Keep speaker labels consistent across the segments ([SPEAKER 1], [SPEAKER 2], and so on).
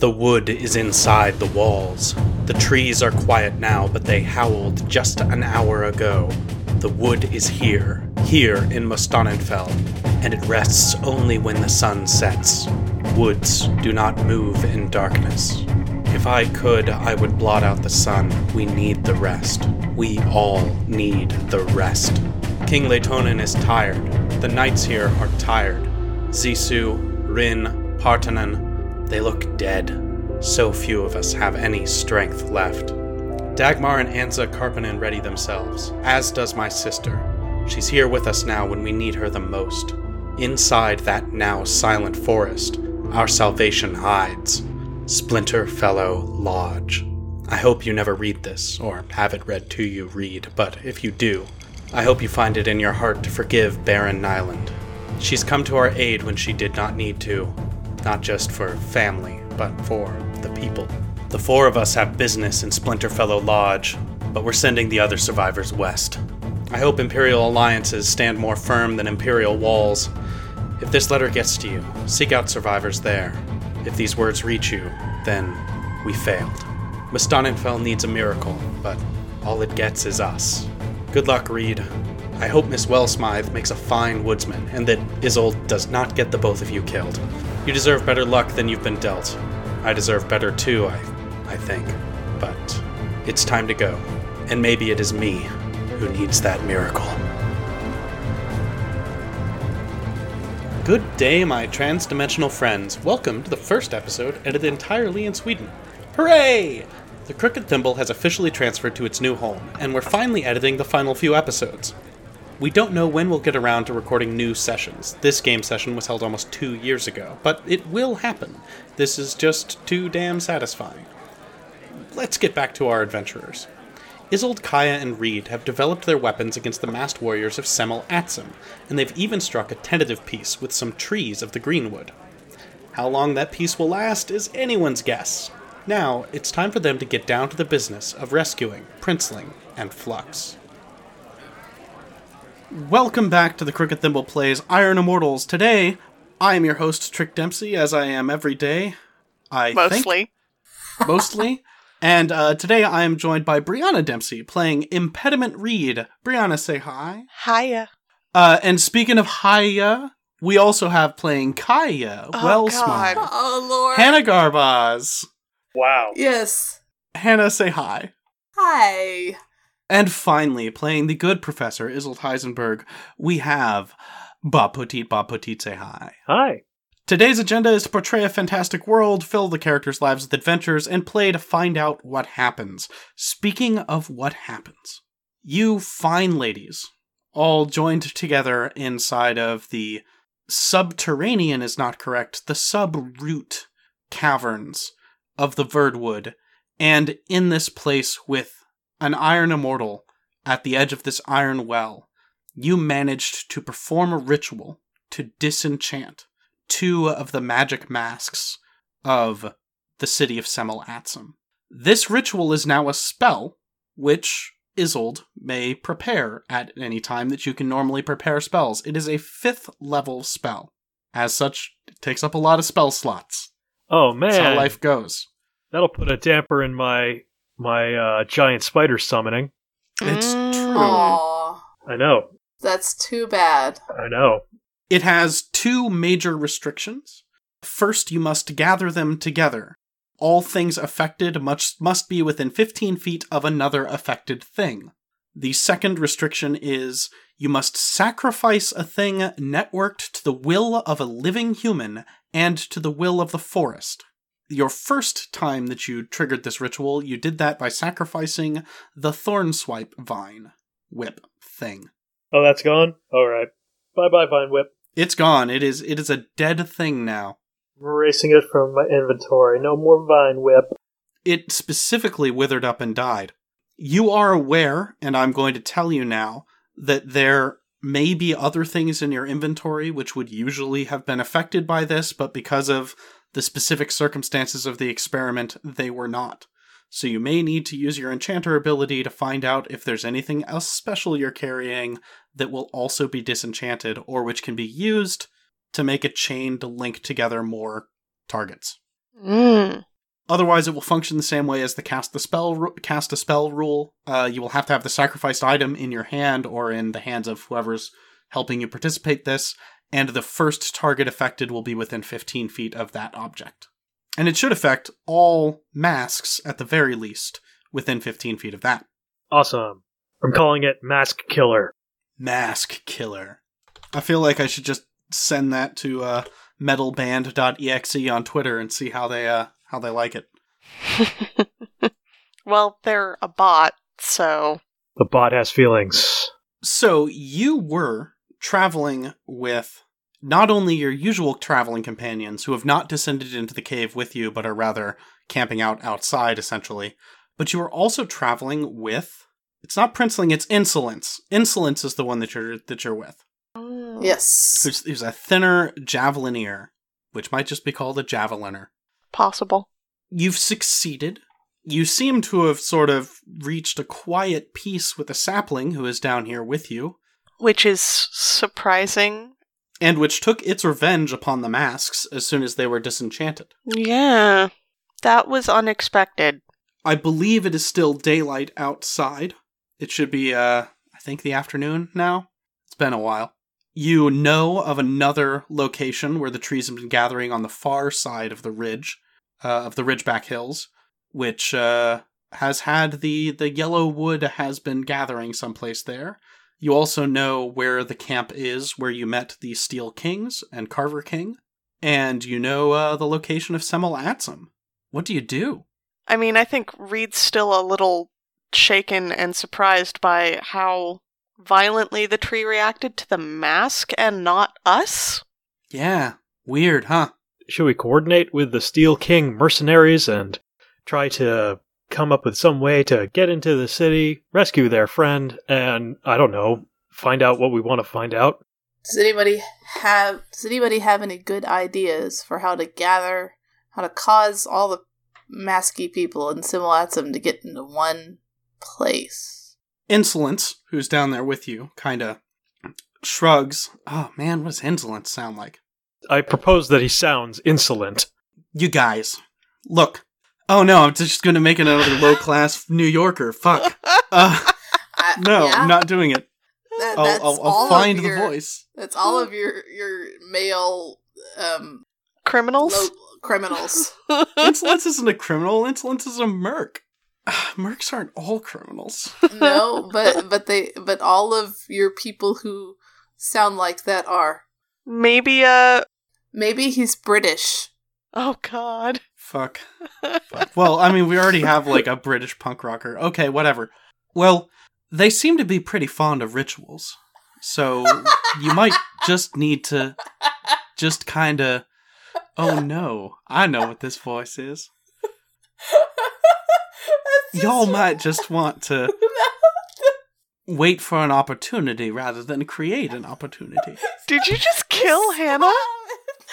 [SPEAKER 1] The wood is inside the walls. The trees are quiet now, but they howled just an hour ago. The wood is here, here in Mostanenfell, and it rests only when the sun sets. Woods do not move in darkness. If I could, I would blot out the sun. We need the rest. We all need the rest. King Latonin is tired. The knights here are tired. Zisu, Rin, Partanen, they look dead. So few of us have any strength left. Dagmar and Anza Karpinen ready themselves, as does my sister. She's here with us now when we need her the most. Inside that now silent forest, our salvation hides. Splinter Fellow Lodge. I hope you never read this, or have it read to you read, but if you do, I hope you find it in your heart to forgive Baron Nyland. She's come to our aid when she did not need to, not just for family, but for the people. The four of us have business in Splinterfellow Lodge, but we're sending the other survivors west. I hope Imperial alliances stand more firm than Imperial walls. If this letter gets to you, seek out survivors there. If these words reach you, then we failed. Mustanenfell needs a miracle, but all it gets is us. Good luck, Reed. I hope Miss Wellsmythe makes a fine woodsman and that Isolde does not get the both of you killed. You deserve better luck than you've been dealt. I deserve better too, I, I think. But it's time to go. And maybe it is me who needs that miracle. Good day, my transdimensional friends. Welcome to the first episode edited entirely in Sweden. Hooray! The Crooked Thimble has officially transferred to its new home, and we're finally editing the final few episodes. We don't know when we'll get around to recording new sessions. This game session was held almost two years ago, but it will happen. This is just too damn satisfying. Let's get back to our adventurers. Isold, Kaya, and Reed have developed their weapons against the masked warriors of Semel Atsum, and they've even struck a tentative peace with some trees of the greenwood. How long that peace will last is anyone's guess. Now, it's time for them to get down to the business of rescuing Princeling and Flux. Welcome back to the Crooked Thimble Plays Iron Immortals. Today, I am your host, Trick Dempsey, as I am every day. I think
[SPEAKER 2] mostly.
[SPEAKER 1] mostly. And uh, today I am joined by Brianna Dempsey playing Impediment Reed. Brianna, say hi.
[SPEAKER 2] Hiya.
[SPEAKER 1] Uh, and speaking of hiya, we also have playing Kaya
[SPEAKER 2] Oh,
[SPEAKER 1] Wellsmart.
[SPEAKER 2] God.
[SPEAKER 3] Oh lord.
[SPEAKER 1] Hannah Garbaz.
[SPEAKER 4] Wow.
[SPEAKER 3] yes.
[SPEAKER 1] Hannah, say hi.
[SPEAKER 3] Hi.
[SPEAKER 1] And finally, playing the good professor, Isolt Heisenberg, we have Bob Petit. Bob Petit, say hi.
[SPEAKER 4] Hi.
[SPEAKER 1] Today's agenda is to portray a fantastic world, fill the characters' lives with adventures, and play to find out what happens. Speaking of what happens, you fine ladies, all joined together inside of the subterranean is not correct, the subroot caverns of the Verdwood, and in this place with an iron immortal at the edge of this iron well, you managed to perform a ritual to disenchant two of the magic masks of the city of Semel Atsum. This ritual is now a spell, which Isold may prepare at any time that you can normally prepare spells. It is a fifth level spell. As such, it takes up a lot of spell slots.
[SPEAKER 4] Oh man.
[SPEAKER 1] That's how life goes.
[SPEAKER 4] That'll put a damper in my my uh, giant spider summoning.
[SPEAKER 1] It's
[SPEAKER 2] Mm.
[SPEAKER 1] true.
[SPEAKER 3] Aw.
[SPEAKER 4] I know.
[SPEAKER 3] That's too bad.
[SPEAKER 4] I know.
[SPEAKER 1] It has two major restrictions. First, you must gather them together. All things affected must, must be within 15 feet of another affected thing. The second restriction is you must sacrifice a thing networked to the will of a living human and to the will of the forest. Your first time that you triggered this ritual, you did that by sacrificing the Thornswipe vine whip thing.
[SPEAKER 4] Oh, that's gone. All right. Bye, bye, Vine Whip.
[SPEAKER 1] It's gone. It is it is a dead thing now.
[SPEAKER 4] I'm erasing it from my inventory. No more Vine Whip.
[SPEAKER 1] It specifically withered up and died. You are aware, and I'm going to tell you now, that there may be other things in your inventory which would usually have been affected by this, but because of the specific circumstances of the experiment, they were not. So you may need to use your enchanter ability to find out if there's anything else special you're carrying that will also be disenchanted or which can be used to make a chain to link together more targets.
[SPEAKER 2] Mm.
[SPEAKER 1] Otherwise, it will function the same way as the cast the spell ru- cast a spell rule. Uh, you will have to have the sacrificed item in your hand or in the hands of whoever's helping you participate this, and the first target affected will be within 15 feet of that object. And it should affect all masks at the very least within 15 feet of that.
[SPEAKER 4] Awesome. I'm calling it Mask Killer.
[SPEAKER 1] Mask Killer. I feel like I should just send that to uh, metalband.exe on Twitter and see how they uh, how they like it.
[SPEAKER 2] well, they're a bot, so
[SPEAKER 4] The bot has feelings.
[SPEAKER 1] So you were traveling with not only your usual traveling companions who have not descended into the cave with you but are rather camping out outside essentially, but you are also traveling with it's not princeling, it's insolence. Insolence is the one that you're that you're with.
[SPEAKER 2] Mm.
[SPEAKER 3] Yes.
[SPEAKER 1] There's, there's a thinner javelinier, which might just be called a javeliner.
[SPEAKER 2] possible.
[SPEAKER 1] You've succeeded. You seem to have sort of reached a quiet peace with the sapling who is down here with you,
[SPEAKER 2] Which is surprising.
[SPEAKER 1] and which took its revenge upon the masks as soon as they were disenchanted.
[SPEAKER 2] Yeah. That was unexpected.
[SPEAKER 1] I believe it is still daylight outside. It should be, uh, I think the afternoon now. It's been a while. You know of another location where the trees have been gathering on the far side of the ridge, uh, of the Ridgeback Hills, which uh, has had the the yellow wood has been gathering someplace there. You also know where the camp is, where you met the Steel Kings and Carver King, and you know uh, the location of Semel Atsum. What do you do?
[SPEAKER 2] I mean, I think Reed's still a little shaken and surprised by how violently the tree reacted to the mask and not us.
[SPEAKER 1] Yeah. Weird, huh?
[SPEAKER 4] Should we coordinate with the Steel King mercenaries and try to come up with some way to get into the city, rescue their friend, and I don't know, find out what we want to find out?
[SPEAKER 3] Does anybody have Does anybody have any good ideas for how to gather, how to cause all the masky people and Simulatsum to get into one place?
[SPEAKER 1] Insolence, who's down there with you, kind of shrugs. Oh man, what does insolence sound like?
[SPEAKER 4] I propose that he sounds insolent.
[SPEAKER 1] You guys, look. Oh no, I'm just going to make another low class New Yorker. Fuck. Uh,
[SPEAKER 3] I,
[SPEAKER 1] no,
[SPEAKER 3] yeah,
[SPEAKER 1] I'm not doing it.
[SPEAKER 3] that-
[SPEAKER 1] I'll,
[SPEAKER 3] that's
[SPEAKER 1] I'll,
[SPEAKER 3] all
[SPEAKER 1] I'll
[SPEAKER 3] of
[SPEAKER 1] find the
[SPEAKER 3] your-
[SPEAKER 1] voice.
[SPEAKER 3] That's all of your your male um
[SPEAKER 2] Criminals?
[SPEAKER 3] lo- criminals.
[SPEAKER 1] Insolence isn't a criminal, insolence is a merc. Ah, Mercs aren't all criminals.
[SPEAKER 3] no, but but they but all of your people who sound like that are.
[SPEAKER 2] Maybe a.
[SPEAKER 3] Maybe he's British.
[SPEAKER 2] Oh, God.
[SPEAKER 1] Fuck. Fuck. Well, I mean, we already have like a British punk rocker. Okay, whatever. Well, they seem to be pretty fond of rituals. So you might just need to just kind of. Oh no, I know what this voice is.
[SPEAKER 3] That's just-
[SPEAKER 1] Y'all might just want to wait for an opportunity rather than create an opportunity.
[SPEAKER 2] Did you just kill Hannah?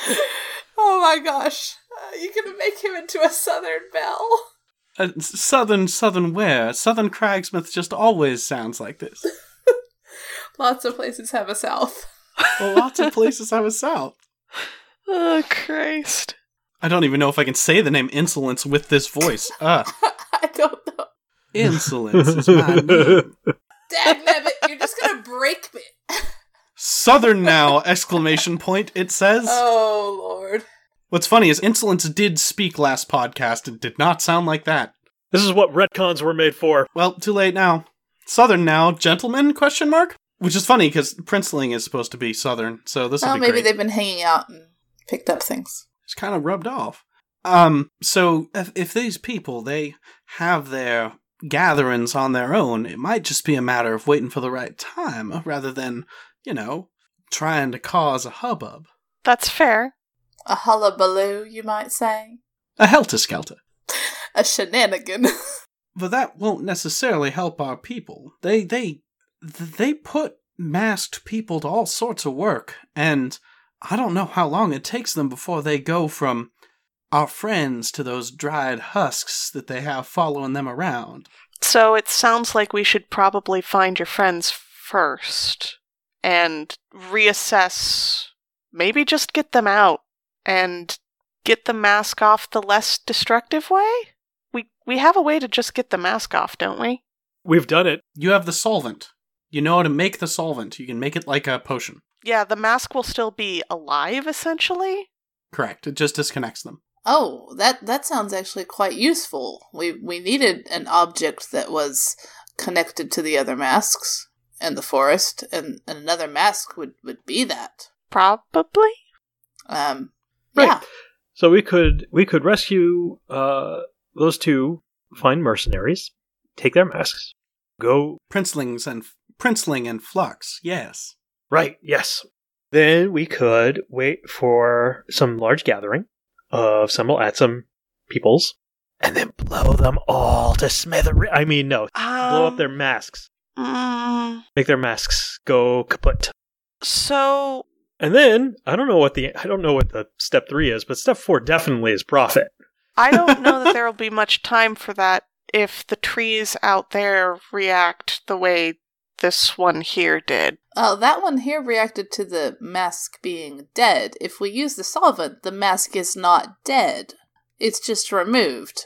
[SPEAKER 3] oh my gosh. Uh, you're gonna make him into a southern belle.
[SPEAKER 1] Uh, s- southern, southern where? Southern Cragsmith just always sounds like this.
[SPEAKER 3] Lots of places have a south.
[SPEAKER 1] Well, lots of places have a south.
[SPEAKER 2] Oh, Christ.
[SPEAKER 1] I don't even know if I can say the name insolence with this voice. Ah,
[SPEAKER 3] I don't know.
[SPEAKER 1] insolence is my name.
[SPEAKER 3] Dad it, you're just gonna break me.
[SPEAKER 1] Southern now! Exclamation point. It says.
[SPEAKER 3] Oh lord.
[SPEAKER 1] What's funny is insolence did speak last podcast and did not sound like that.
[SPEAKER 4] This is what retcons were made for.
[SPEAKER 1] Well, too late now. Southern now, gentlemen? Question mark. Which is funny because princeling is supposed to be southern, so this would
[SPEAKER 3] Well,
[SPEAKER 1] be
[SPEAKER 3] maybe
[SPEAKER 1] great.
[SPEAKER 3] they've been hanging out and picked up things.
[SPEAKER 1] It's kind of rubbed off. Um, so if, if these people they have their gatherings on their own, it might just be a matter of waiting for the right time rather than, you know, trying to cause a hubbub.
[SPEAKER 2] That's fair.
[SPEAKER 3] A hullabaloo, you might say.
[SPEAKER 1] A helter skelter.
[SPEAKER 3] A shenanigan.
[SPEAKER 1] But that won't necessarily help our people. They they they put masked people to all sorts of work, and I don't know how long it takes them before they go from our friends to those dried husks that they have following them around.
[SPEAKER 2] So it sounds like we should probably find your friends first and reassess. Maybe just get them out and get the mask off the less destructive way? We we have a way to just get the mask off, don't we?
[SPEAKER 4] We've done it.
[SPEAKER 1] You have the solvent. You know how to make the solvent. You can make it like a potion.
[SPEAKER 2] Yeah, the mask will still be alive essentially.
[SPEAKER 1] Correct. It just disconnects them.
[SPEAKER 3] Oh, that that sounds actually quite useful. We we needed an object that was connected to the other masks and the forest, and, and another mask would would be that.
[SPEAKER 2] Probably.
[SPEAKER 3] Um,
[SPEAKER 4] Right.
[SPEAKER 3] yeah,
[SPEAKER 4] So we could we could rescue uh, those two fine mercenaries, take their masks, go
[SPEAKER 1] Princelings and princeling and flux. Yes.
[SPEAKER 4] Right, yes. Then we could wait for some large gathering of Semel Atsum peoples and then blow them all to smither. I mean, no,
[SPEAKER 2] Um,
[SPEAKER 4] blow up their masks.
[SPEAKER 2] mm,
[SPEAKER 4] Make their masks go kaput.
[SPEAKER 2] so
[SPEAKER 4] And then I don't know what the I don't know what the step 3 is, but step 4 definitely is profit.
[SPEAKER 2] I don't know that there will be much time for that if the trees out there react the way this one here did.
[SPEAKER 3] Oh, that one here reacted to the mask being dead. If we use the solvent, the mask is not dead. It's just removed.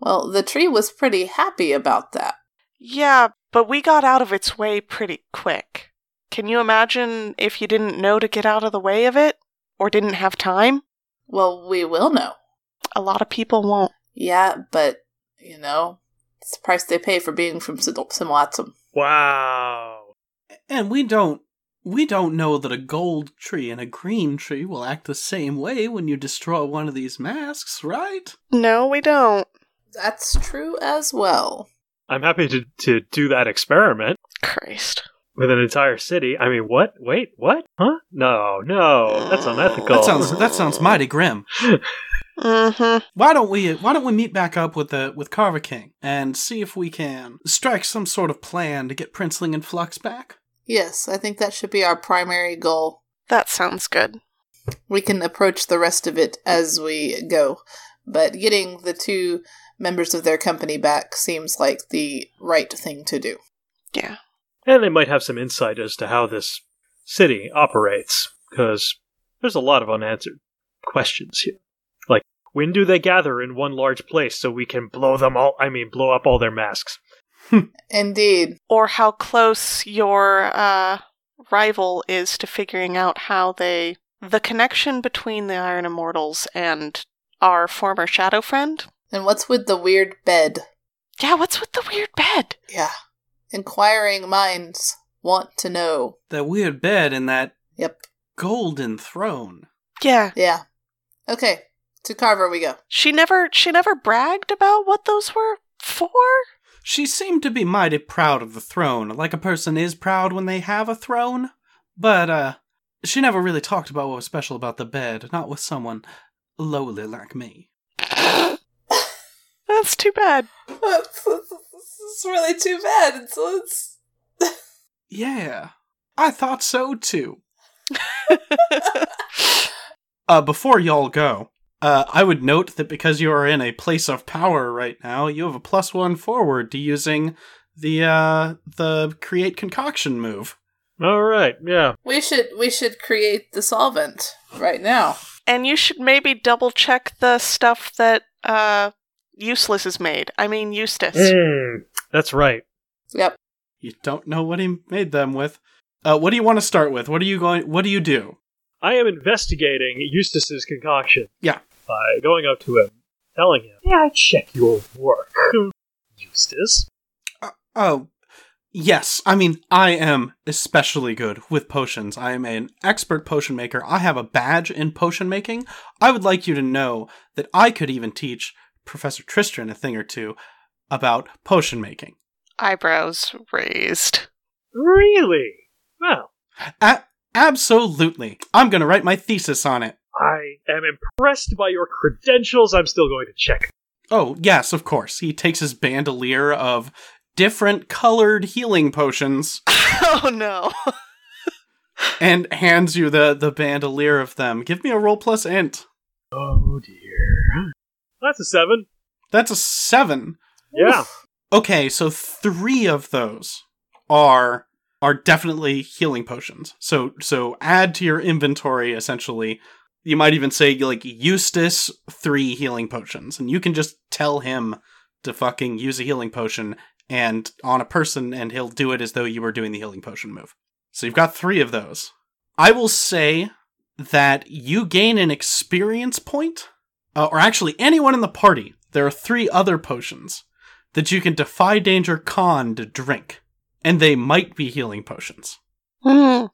[SPEAKER 3] Well, the tree was pretty happy about that.
[SPEAKER 2] Yeah, but we got out of its way pretty quick. Can you imagine if you didn't know to get out of the way of it or didn't have time?
[SPEAKER 3] Well, we will know.
[SPEAKER 2] A lot of people won't.
[SPEAKER 3] Yeah, but, you know, it's the price they pay for being from Sid- Simulatum.
[SPEAKER 4] Wow.
[SPEAKER 1] And we don't we don't know that a gold tree and a green tree will act the same way when you destroy one of these masks, right?
[SPEAKER 2] No, we don't.
[SPEAKER 3] That's true as well.
[SPEAKER 4] I'm happy to to do that experiment
[SPEAKER 2] Christ.
[SPEAKER 4] with an entire city. I mean, what? Wait, what? Huh? No, no. That's unethical.
[SPEAKER 1] That sounds that sounds mighty grim.
[SPEAKER 2] Mm-hmm.
[SPEAKER 1] Why don't we why don't we meet back up with the with Carver King and see if we can strike some sort of plan to get Princeling and Flux back?
[SPEAKER 3] Yes, I think that should be our primary goal.
[SPEAKER 2] That sounds good.
[SPEAKER 3] We can approach the rest of it as we go, but getting the two members of their company back seems like the right thing to do.
[SPEAKER 2] Yeah.
[SPEAKER 4] And they might have some insight as to how this city operates, because there's a lot of unanswered questions here. Like, when do they gather in one large place so we can blow them all? I mean, blow up all their masks.
[SPEAKER 3] Indeed.
[SPEAKER 2] Or how close your uh, rival is to figuring out how they. the connection between the Iron Immortals and our former shadow friend.
[SPEAKER 3] And what's with the weird bed?
[SPEAKER 2] Yeah, what's with the weird bed?
[SPEAKER 3] Yeah. Inquiring minds want to know.
[SPEAKER 1] That weird bed and that
[SPEAKER 3] Yep.
[SPEAKER 1] golden throne.
[SPEAKER 2] Yeah.
[SPEAKER 3] Yeah. Okay. To Carver we go.
[SPEAKER 2] She never she never bragged about what those were for?
[SPEAKER 1] She seemed to be mighty proud of the throne, like a person is proud when they have a throne. But uh she never really talked about what was special about the bed, not with someone lowly like me.
[SPEAKER 2] That's too bad.
[SPEAKER 3] It's really too bad. It's, it's...
[SPEAKER 1] Yeah. I thought so too. Uh, before y'all go, uh, I would note that because you are in a place of power right now, you have a plus one forward to using the uh, the create concoction move.
[SPEAKER 4] All right, yeah.
[SPEAKER 3] We should we should create the solvent right now.
[SPEAKER 2] and you should maybe double check the stuff that uh Useless is made. I mean Eustace.
[SPEAKER 4] Mm, that's right.
[SPEAKER 3] Yep.
[SPEAKER 1] You don't know what he made them with. Uh, what do you want to start with? What are you going? What do you do?
[SPEAKER 4] I am investigating Eustace's concoction.
[SPEAKER 1] Yeah.
[SPEAKER 4] By going up to him, telling him, May I check your work, Eustace?
[SPEAKER 1] Oh, yes. I mean, I am especially good with potions. I am an expert potion maker. I have a badge in potion making. I would like you to know that I could even teach Professor Tristran a thing or two about potion making.
[SPEAKER 2] Eyebrows raised.
[SPEAKER 4] Really? Well,
[SPEAKER 1] A- absolutely. I'm going to write my thesis on it.
[SPEAKER 4] I am impressed by your credentials. I'm still going to check
[SPEAKER 1] Oh, yes, of course. He takes his bandolier of different colored healing potions
[SPEAKER 2] oh no.
[SPEAKER 1] and hands you the, the bandolier of them. Give me a roll plus int.
[SPEAKER 4] Oh dear. That's a seven.
[SPEAKER 1] That's a seven.
[SPEAKER 4] Yeah.
[SPEAKER 1] Okay, so three of those are are definitely healing potions. So so add to your inventory essentially You might even say like Eustace three healing potions, and you can just tell him to fucking use a healing potion and on a person, and he'll do it as though you were doing the healing potion move. So you've got three of those. I will say that you gain an experience point, uh, or actually anyone in the party. There are three other potions that you can defy danger con to drink, and they might be healing potions.
[SPEAKER 2] Hmm.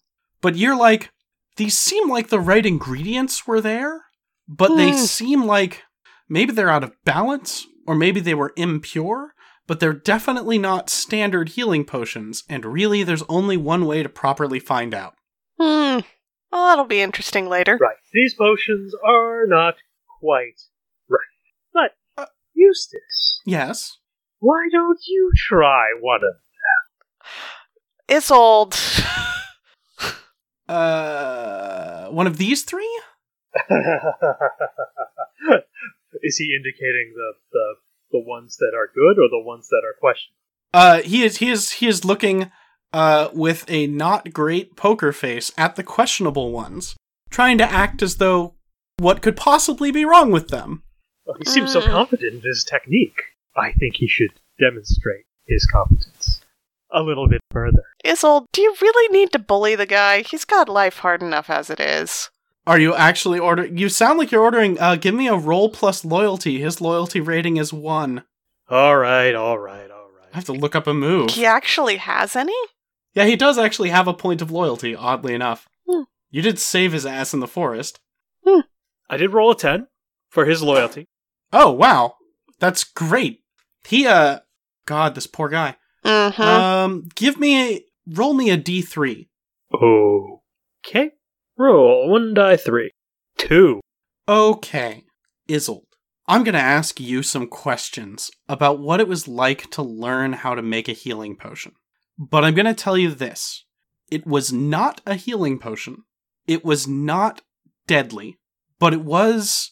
[SPEAKER 1] But you're like, these seem like the right ingredients were there, but they
[SPEAKER 2] Hmm.
[SPEAKER 1] seem like maybe they're out of balance, or maybe they were impure, but they're definitely not standard healing potions, and really there's only one way to properly find out.
[SPEAKER 2] Hmm. Well, that'll be interesting later.
[SPEAKER 4] Right. These potions are not quite right. But,
[SPEAKER 1] Uh,
[SPEAKER 4] Eustace,
[SPEAKER 1] Yes.
[SPEAKER 4] why don't you try one of
[SPEAKER 2] It's old.
[SPEAKER 1] Uh, one of these three?
[SPEAKER 4] Is he indicating the, the the ones that are good or the ones that are questionable?
[SPEAKER 1] Uh, he is he is he is looking uh with a not great poker face at the questionable ones, trying to act as though what could possibly be wrong with them.
[SPEAKER 4] Well, he seems so
[SPEAKER 2] Mm.
[SPEAKER 4] confident in his technique. I think he should demonstrate his competence a little bit further.
[SPEAKER 2] Isold, do you really need to bully the guy? He's got life hard enough as it is.
[SPEAKER 1] Are you actually ordering? You sound like you're ordering. Uh, give me a roll plus loyalty. His loyalty rating is one.
[SPEAKER 4] All right, all right, all
[SPEAKER 1] I have to look up a move.
[SPEAKER 2] He actually has any?
[SPEAKER 1] Yeah, he does actually have a point of loyalty. Oddly enough,
[SPEAKER 2] Hmm.
[SPEAKER 1] you did save his ass in the forest.
[SPEAKER 4] I did roll a ten for his loyalty.
[SPEAKER 1] Oh wow, that's great. He uh, God, this poor guy.
[SPEAKER 2] Mm hmm.
[SPEAKER 1] Um, give me a roll me a d three.
[SPEAKER 4] Okay, roll one die three, two.
[SPEAKER 1] Okay, Isold, I'm going to ask you some questions about what it was like to learn how to make a healing potion. But I'm going to tell you this it was not a healing potion, it was not deadly, but it was.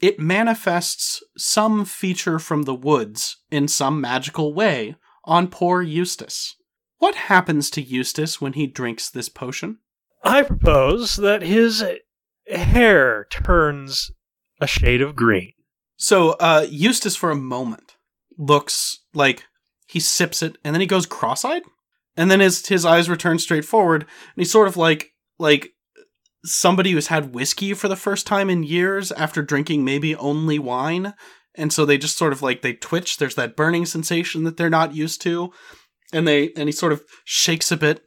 [SPEAKER 1] It manifests some feature from the woods in some magical way on poor Eustace. What happens to Eustace when he drinks this potion?
[SPEAKER 4] I propose that his hair turns a shade of green.
[SPEAKER 1] So uh Eustace for a moment looks like he sips it and then he goes cross-eyed and then his his eyes return straight forward and he's sort of like like somebody who's had whiskey for the first time in years after drinking maybe only wine and so they just sort of like they twitch there's that burning sensation that they're not used to and they and he sort of shakes a bit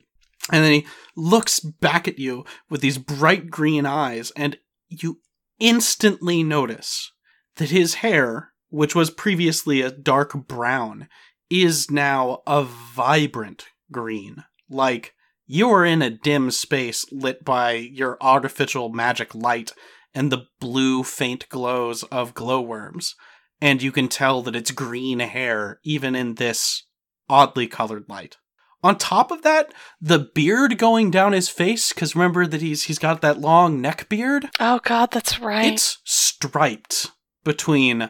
[SPEAKER 1] and then he looks back at you with these bright green eyes and you instantly notice that his hair, which was previously a dark brown, is now a vibrant green. Like you are in a dim space lit by your artificial magic light and the blue faint glows of glowworms, and you can tell that it's green hair even in this oddly colored light. On top of that, the beard going down his face, because remember that he's he's got that long neck beard.
[SPEAKER 2] oh, God, that's right.
[SPEAKER 1] It's striped between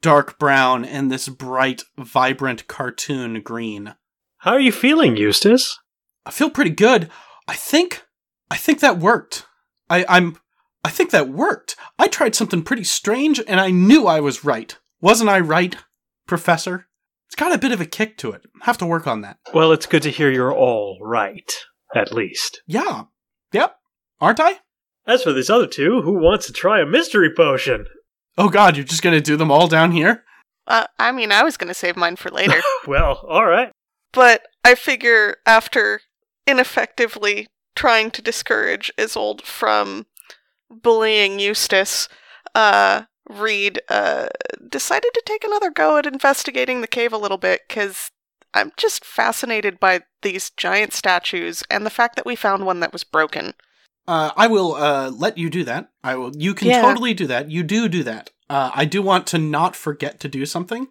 [SPEAKER 1] dark brown and this bright, vibrant cartoon green.
[SPEAKER 4] How are you feeling, Eustace?
[SPEAKER 1] I feel pretty good. I think I think that worked. I, I'm I think that worked. I tried something pretty strange and I knew I was right. Wasn't I right, Professor? It's got a bit of a kick to it. Have to work on that.
[SPEAKER 4] Well, it's good to hear you're all right, at least.
[SPEAKER 1] Yeah. Yep. Aren't I?
[SPEAKER 4] As for these other two, who wants to try a mystery potion?
[SPEAKER 1] Oh god, you're just gonna do them all down here?
[SPEAKER 2] Uh, I mean, I was going to save mine for later.
[SPEAKER 4] Well, all right.
[SPEAKER 2] but I figure after ineffectively trying to discourage Isold from bullying Eustace, uh, Reed uh, decided to take another go at investigating the cave a little bit because I'm just fascinated by these giant statues and the fact that we found one that was broken.
[SPEAKER 1] Uh, I will uh, let you do that. I will. You can
[SPEAKER 2] Yeah.
[SPEAKER 1] totally do that. You do do that. Uh, I do want to not forget to do something.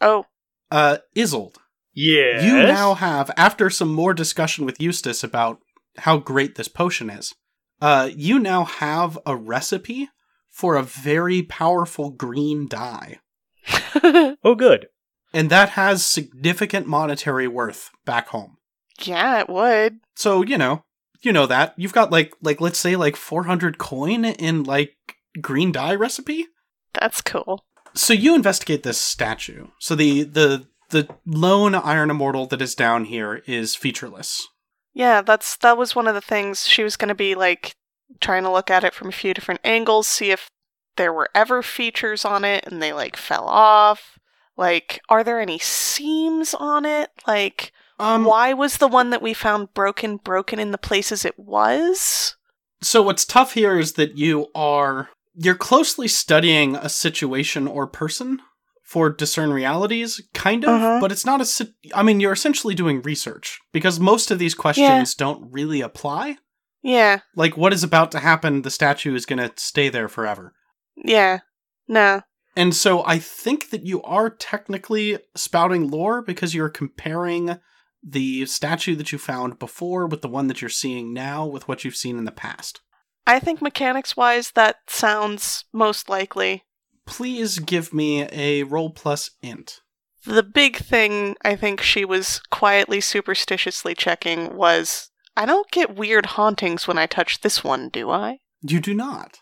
[SPEAKER 2] Oh,
[SPEAKER 1] Uh, Isold,
[SPEAKER 4] Yes.
[SPEAKER 1] you now have, after some more discussion with Eustace about how great this potion is, uh, you now have a recipe for a very powerful green dye,
[SPEAKER 4] Oh, good.
[SPEAKER 1] and that has significant monetary worth back home.
[SPEAKER 2] yeah, it would.
[SPEAKER 1] So you know, you know that you've got like like let's say like 400 coin in like green dye recipe
[SPEAKER 2] That's cool.
[SPEAKER 1] so you investigate this statue so the the the lone iron immortal that is down here is featureless
[SPEAKER 2] Yeah, that's that was one of the things she was going to be like trying to look at it from a few different angles, see if there were ever features on it and they like fell off. Like, are there any seams on it? Like,
[SPEAKER 1] um
[SPEAKER 2] why was the one that we found broken broken in the places it was?
[SPEAKER 1] so what's tough here is that you are you're closely studying a situation or person for discern realities kind of
[SPEAKER 2] Uh-huh.
[SPEAKER 1] but it's not a sit- i mean you're essentially doing research because most of these questions don't really apply
[SPEAKER 2] Yeah,
[SPEAKER 1] like what is about to happen the statue is going to stay there forever
[SPEAKER 2] yeah, no,
[SPEAKER 1] And so I think that you are technically spouting lore because you're comparing the statue that you found before with the one that you're seeing now with what you've seen in the past.
[SPEAKER 2] I think mechanics wise, that sounds most likely.
[SPEAKER 1] Please give me a roll plus int.
[SPEAKER 2] The big thing I think she was quietly superstitiously checking was I don't get weird hauntings when I touch this one, do I?
[SPEAKER 1] You do not.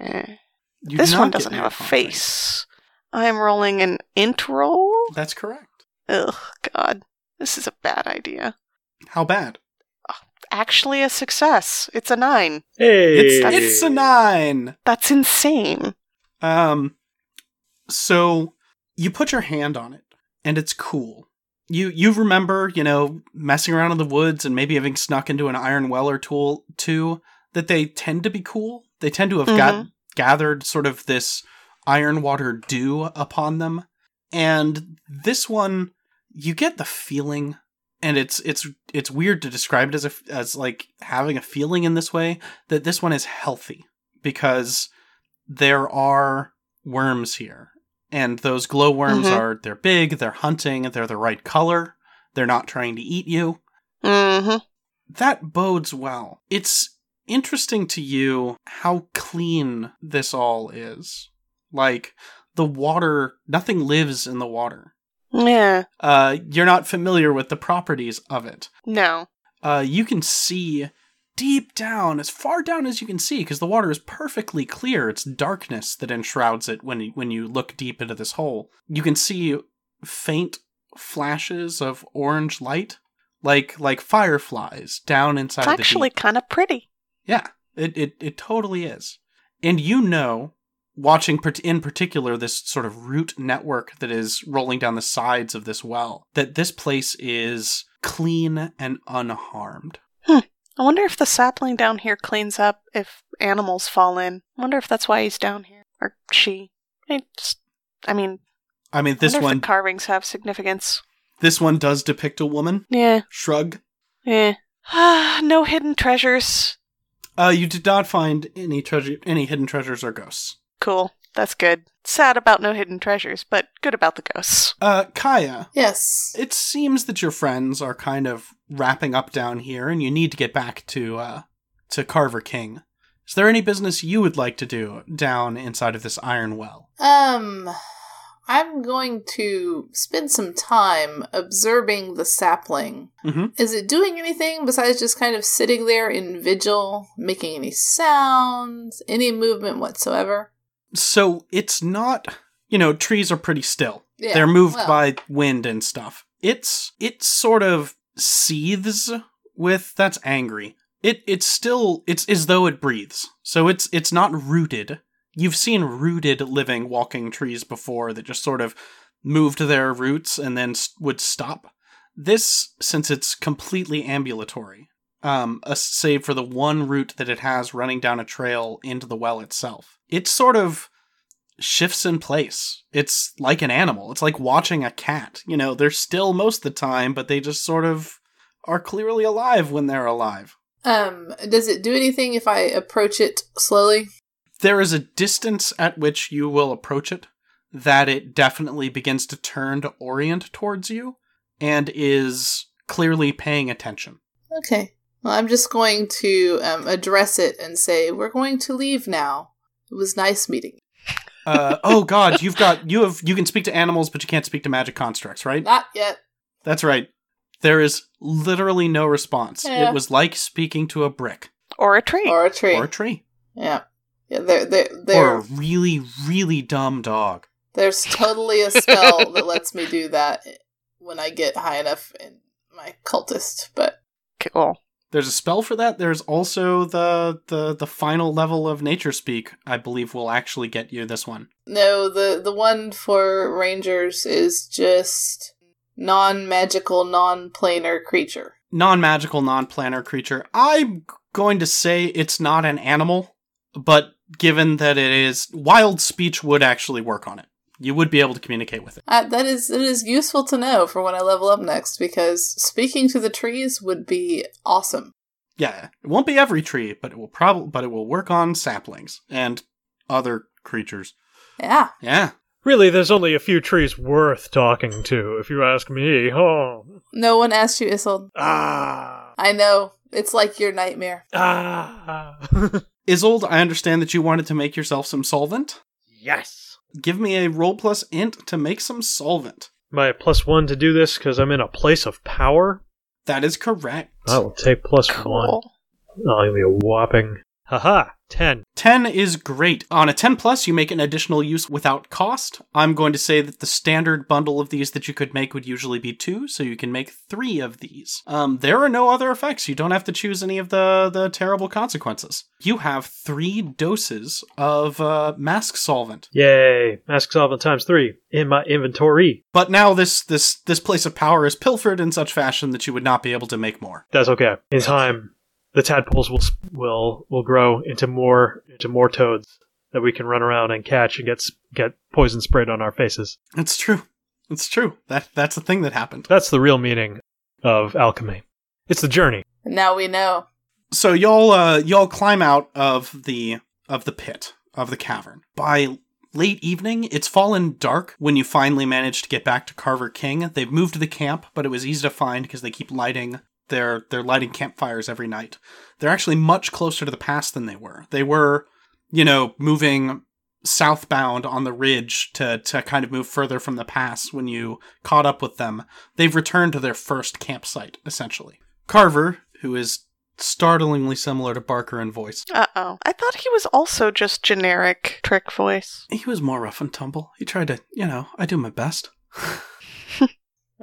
[SPEAKER 2] Eh.
[SPEAKER 1] You do
[SPEAKER 2] This
[SPEAKER 1] not
[SPEAKER 2] one
[SPEAKER 1] get
[SPEAKER 2] doesn't
[SPEAKER 1] any
[SPEAKER 2] have a
[SPEAKER 1] contact.
[SPEAKER 2] face. I'm rolling an int roll?
[SPEAKER 1] That's correct.
[SPEAKER 2] Ugh, God. This is a bad idea.
[SPEAKER 1] How bad?
[SPEAKER 2] Actually, a success. It's a nine.
[SPEAKER 4] Hey,
[SPEAKER 1] It's it's a nine.
[SPEAKER 2] That's insane.
[SPEAKER 1] Um, so you put your hand on it, and it's cool. You you remember, you know, messing around in the woods and maybe having snuck into an iron well or tool too. That they tend to be cool. They tend to have got gathered sort of this iron water dew upon them, and this one you get the feeling, and it's it's it's weird to describe it as a as like having a feeling in this way that this one is healthy because there are worms here. And those glowworms
[SPEAKER 2] Mhm.
[SPEAKER 1] are they're big, they're hunting, they're the right color, they're not trying to eat you.
[SPEAKER 2] Mm-hmm.
[SPEAKER 1] That bodes well. It's interesting to you how clean this all is. Like the water, nothing lives in the water.
[SPEAKER 2] Yeah.
[SPEAKER 1] Uh, you're not familiar with the properties of it.
[SPEAKER 2] No.
[SPEAKER 1] Uh, you can see deep down, as far down as you can see, because the water is perfectly clear. It's darkness that enshrouds it when when you look deep into this hole. You can see faint flashes of orange light, like like fireflies down inside.
[SPEAKER 2] It's
[SPEAKER 1] the deep.
[SPEAKER 2] actually kind of pretty.
[SPEAKER 1] Yeah, it, it, it totally is. And you know, watching part- in particular this sort of root network that is rolling down the sides of this well, that this place is clean and unharmed.
[SPEAKER 2] I wonder if the sapling down here cleans up if animals fall in. I wonder if that's why he's down here. Or she. I, just, I mean,
[SPEAKER 1] I mean, this
[SPEAKER 2] I wonder if
[SPEAKER 1] one
[SPEAKER 2] the carvings have significance.
[SPEAKER 1] this one does depict a woman.
[SPEAKER 2] Yeah.
[SPEAKER 1] Shrug.
[SPEAKER 2] Yeah. no hidden treasures.
[SPEAKER 1] Uh, you did not find any treasure, any hidden treasures or ghosts.
[SPEAKER 2] Cool. That's good. Sad about no hidden treasures, but good about the ghosts.
[SPEAKER 1] Uh, Kaya,
[SPEAKER 3] Yes.
[SPEAKER 1] it seems that your friends are kind of wrapping up down here, and you need to get back to uh, to Carver King. Is there any business you would like to do down inside of this iron well?
[SPEAKER 3] Um, I'm going to spend some time observing the sapling.
[SPEAKER 1] Mhm.
[SPEAKER 3] Is it doing anything besides just kind of sitting there in vigil, making any sounds, any movement whatsoever?
[SPEAKER 1] So it's not, you know, trees are pretty still.
[SPEAKER 3] Yeah,
[SPEAKER 1] They're moved
[SPEAKER 3] well.
[SPEAKER 1] by wind and stuff. It's it sort of seethes with that's angry. It it's still it's as though it breathes. So it's it's not rooted. You've seen rooted living walking trees before that just sort of moved their roots and then s- would stop. This since it's completely ambulatory. Um, uh, save for the one route that it has running down a trail into the well itself. It's sort of shifts in place. It's like an animal. It's like watching a cat. You know, they're still most of the time, but they just sort of are clearly alive when they're alive.
[SPEAKER 3] Um, does it do anything if I approach it slowly?
[SPEAKER 1] There is a distance at which you will approach it that it definitely begins to turn to orient towards you and is clearly paying attention.
[SPEAKER 3] Okay. Well, I'm just going to um, address it and say, we're going to leave now. It was nice meeting.
[SPEAKER 1] Uh, oh god,
[SPEAKER 3] Ah.
[SPEAKER 1] you've got you have you can speak to animals but you can't speak to magic constructs,
[SPEAKER 3] you.
[SPEAKER 1] right?
[SPEAKER 3] Not yet.
[SPEAKER 1] That's right. There is literally no response.
[SPEAKER 3] Yeah.
[SPEAKER 1] It was like speaking to a brick
[SPEAKER 2] Or a tree.
[SPEAKER 3] or a tree.
[SPEAKER 1] or a tree
[SPEAKER 3] yeah, yeah. There, there,
[SPEAKER 1] or
[SPEAKER 3] there.
[SPEAKER 1] a really, really dumb dog.
[SPEAKER 3] There's totally a spell that lets me do that when I get high enough in my cultist. But
[SPEAKER 2] cool.
[SPEAKER 1] There's a spell for that. There's also the the the final level of nature speak. I believe will actually get you this one.
[SPEAKER 3] no, the the one for rangers is just non-magical, non-planar creature.
[SPEAKER 1] non-magical non-planar creature i'm going to say it's not an animal but given that it is wild speech would actually work on it you would be able to communicate with it
[SPEAKER 3] Uh, that is it is useful to know for when I level up next because speaking to the trees would be awesome.
[SPEAKER 1] yeah it won't be every tree but it will probably but it will work on saplings and other creatures
[SPEAKER 3] Yeah,
[SPEAKER 1] yeah
[SPEAKER 4] Really, there's only a few trees worth talking to, if you ask me. Oh.
[SPEAKER 3] no one asked you, Isold.
[SPEAKER 4] Ah.
[SPEAKER 3] I know it's like your nightmare.
[SPEAKER 4] Ah.
[SPEAKER 1] isold i understand that you wanted to make yourself some solvent
[SPEAKER 4] yes.
[SPEAKER 1] give me a roll plus int to make some solvent
[SPEAKER 4] My plus one to do this because I'm in a place of power.
[SPEAKER 1] that is correct
[SPEAKER 4] I will take plus one.
[SPEAKER 2] Cool.
[SPEAKER 4] I'll give me a whopping. Haha. Ten.
[SPEAKER 1] 10 is great. On a 10 plus, you make an additional use without cost. I'm going to say that the standard bundle of these that you could make would usually be two, so you can make three of these. Um, there are no other effects. You don't have to choose any of the, the terrible consequences. You have three doses of uh, mask solvent.
[SPEAKER 4] Yay. Mask solvent times three in my inventory.
[SPEAKER 1] But now this this this place of power is pilfered in such fashion that you would not be able to make more.
[SPEAKER 4] That's okay. In time, the tadpoles will sp- will will grow into more into more toads that we can run around and catch and get s- get poison sprayed on our faces.
[SPEAKER 1] It's true. It's true. That that's the thing that happened.
[SPEAKER 4] That's the real meaning of alchemy. It's the journey.
[SPEAKER 3] And now we know.
[SPEAKER 1] so y'all uh y'all climb out of the of the pit of the cavern by late evening it's fallen dark when you finally manage to get back to carver king they've moved to the camp but it was easy to find because they keep lighting their they're lighting campfires every night they're actually much closer to the pass than they were they were you know moving southbound on the ridge to to kind of move further from the pass when you caught up with them they've returned to their first campsite essentially carver who is startlingly similar to Barker in voice.
[SPEAKER 2] Uh oh. I thought he was also just generic trick voice.
[SPEAKER 1] He was more rough and tumble. He tried to, you know, I do my best.
[SPEAKER 3] We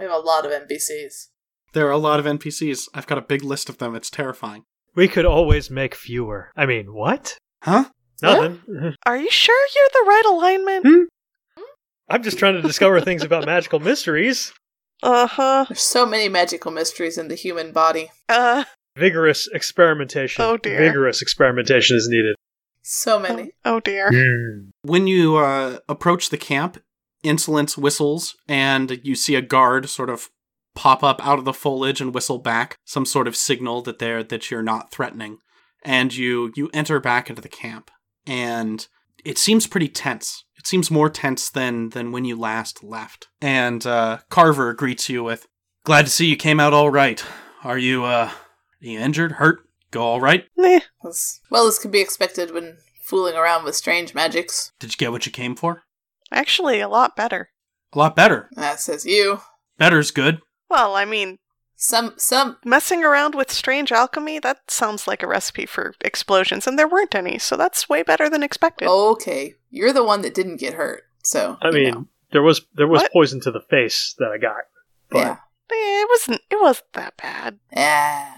[SPEAKER 3] have a lot of NPCs.
[SPEAKER 1] There are a lot of NPCs. I've got a big list of them. It's terrifying.
[SPEAKER 4] We could always make fewer. I mean, what?
[SPEAKER 1] Huh?
[SPEAKER 4] Nothing.
[SPEAKER 2] Are you sure you're the right alignment?
[SPEAKER 4] Hmm? I'm just trying to discover things about magical mysteries.
[SPEAKER 2] Uh huh.
[SPEAKER 3] There's so many magical mysteries in the human body.
[SPEAKER 2] Uh.
[SPEAKER 4] Vigorous experimentation.
[SPEAKER 2] Oh, dear.
[SPEAKER 4] Vigorous experimentation is needed.
[SPEAKER 3] So many.
[SPEAKER 2] Oh dear.
[SPEAKER 4] Hmm.
[SPEAKER 1] When you uh, approach the camp, Insolence whistles, and you see a guard sort of pop up out of the foliage and whistle back some sort of signal that they're that you're not threatening. And you you enter back into the camp, and it seems pretty tense. It seems more tense than than when you last left. And uh, Carver greets you with, "Glad to see you came out all right. Are you uh, are you injured? Hurt? Go all right?
[SPEAKER 2] Meh.
[SPEAKER 4] Oh.
[SPEAKER 3] As well as could be expected when fooling around with strange magics.
[SPEAKER 1] Did you get what you came for?
[SPEAKER 2] Actually, a lot better.
[SPEAKER 1] A lot better.
[SPEAKER 3] That says you.
[SPEAKER 1] Better's good."
[SPEAKER 2] Well, I mean,
[SPEAKER 3] Some some
[SPEAKER 2] messing around with strange alchemy, that sounds like a recipe for explosions, and there weren't any, so that's way better than expected.
[SPEAKER 3] Oh. okay. You're the one that didn't get hurt. So
[SPEAKER 4] I
[SPEAKER 3] you
[SPEAKER 4] mean,
[SPEAKER 3] know.
[SPEAKER 4] there was there was
[SPEAKER 2] What?
[SPEAKER 4] poison to the face that I got, but
[SPEAKER 3] yeah.
[SPEAKER 2] Eh, It wasn't it wasn't that bad.
[SPEAKER 3] Yeah.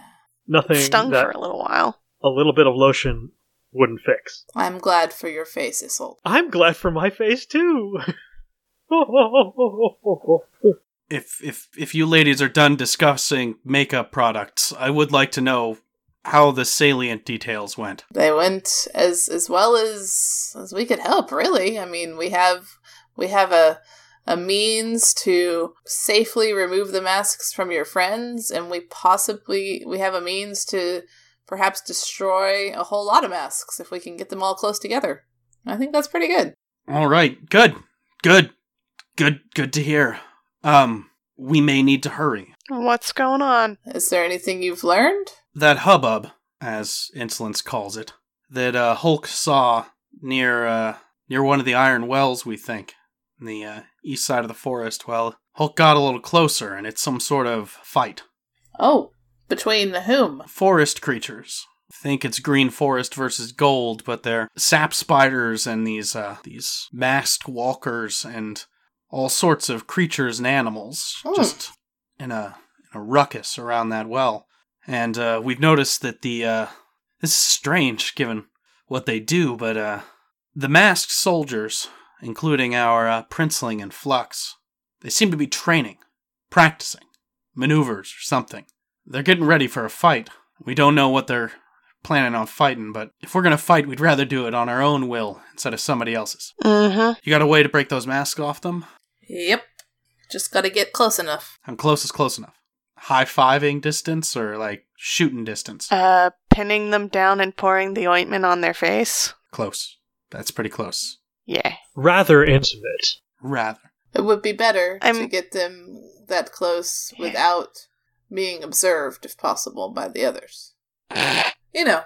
[SPEAKER 4] nothing
[SPEAKER 2] It stung
[SPEAKER 4] that
[SPEAKER 2] for a little while.
[SPEAKER 4] a little bit of lotion wouldn't fix.
[SPEAKER 3] I'm glad for your face, Isold.
[SPEAKER 4] I'm glad for my face too.
[SPEAKER 1] if if if you ladies are done discussing makeup products, I would like to know how the salient details went.
[SPEAKER 3] They went as as well as as we could help, really. I mean, we have we have a a means to safely remove the masks from your friends and we possibly we have a means to perhaps destroy a whole lot of masks if we can get them all close together. I think that's pretty good.
[SPEAKER 1] All right, good. Good. Good good to hear. Um we may need to hurry.
[SPEAKER 2] What's going on?
[SPEAKER 3] Is there anything you've learned?
[SPEAKER 1] That hubbub, as Insolence calls it, that uh, Hulk saw near uh, near one of the iron wells, we think, on the uh, east side of the forest. Well, Hulk got a little closer, and it's some sort of fight.
[SPEAKER 3] Oh, between the whom?
[SPEAKER 1] Forest creatures. I think it's green forest versus gold, but they're sap spiders and these uh, these masked walkers and all sorts of creatures and animals
[SPEAKER 3] Hmm.
[SPEAKER 1] just in a in a ruckus around that well. And uh, we've noticed that the uh, this is strange given what they do, but uh, the masked soldiers, including our uh, princeling and flux, they seem to be training, practicing maneuvers or something. They're getting ready for a fight. We don't know what they're planning on fighting, but if we're gonna fight, we'd rather do it on our own will instead of somebody else's.
[SPEAKER 2] Mm-hmm.
[SPEAKER 1] You got a way to break those masks off them?
[SPEAKER 3] Yep. Just gotta get close enough.
[SPEAKER 1] I'm close is close enough. High fiving distance or like shooting distance?
[SPEAKER 2] Uh, pinning them down and pouring the ointment on their face.
[SPEAKER 1] Close. That's pretty close.
[SPEAKER 2] Yeah.
[SPEAKER 4] Rather intimate.
[SPEAKER 1] Rather.
[SPEAKER 3] It would be better to
[SPEAKER 2] I'm-
[SPEAKER 3] get them that close without being observed, if possible, by the others. You know.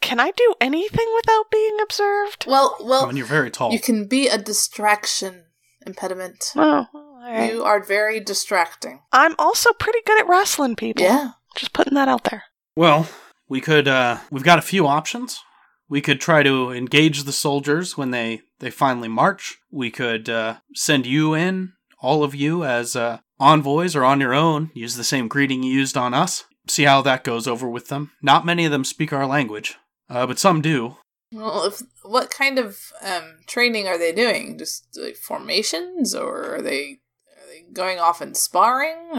[SPEAKER 2] Can I do anything without being observed?
[SPEAKER 3] Well,
[SPEAKER 1] Well,
[SPEAKER 3] well,
[SPEAKER 1] when you're very tall.
[SPEAKER 3] you can be a distraction impediment.
[SPEAKER 2] Oh, all right.
[SPEAKER 3] You are very distracting.
[SPEAKER 2] I'm also pretty good at wrestling people.
[SPEAKER 3] Yeah.
[SPEAKER 2] Just putting that out there.
[SPEAKER 1] Well, we could. Uh, we've got a few options. We could try to engage the soldiers when they they finally march. We could uh, send you in, all of you, as uh, envoys or on your own. Use the same greeting you used on us. See how that goes over with them. Not many of them speak our language, uh, but some do.
[SPEAKER 3] Well, if, what kind of um, training are they doing? Just like, formations, or are they are they going off and sparring,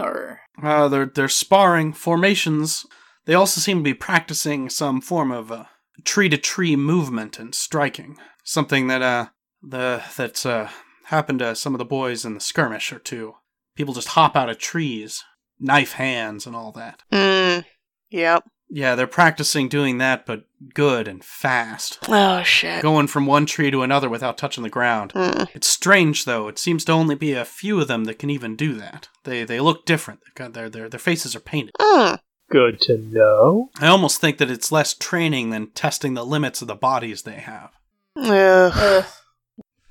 [SPEAKER 3] or
[SPEAKER 1] Uh, they're they're sparring formations. They also seem to be practicing some form of uh, tree-to-tree movement and striking. Something that uh the that uh, happened to some of the boys in the skirmish or two. People just hop out of trees, knife hands, and all that.
[SPEAKER 2] Mm. Yep.
[SPEAKER 1] Yeah, they're practicing doing that, but good and fast,
[SPEAKER 2] Oh, shit.
[SPEAKER 1] going from one tree to another without touching the ground.
[SPEAKER 2] Mm.
[SPEAKER 1] It's strange though. It seems to only be a few of them that can even do that. They they look different. They've got their their their faces are painted.
[SPEAKER 2] Mm.
[SPEAKER 4] Good to know.
[SPEAKER 1] I almost think that it's less training than testing the limits of the bodies they have.
[SPEAKER 2] Ugh.
[SPEAKER 3] Ugh.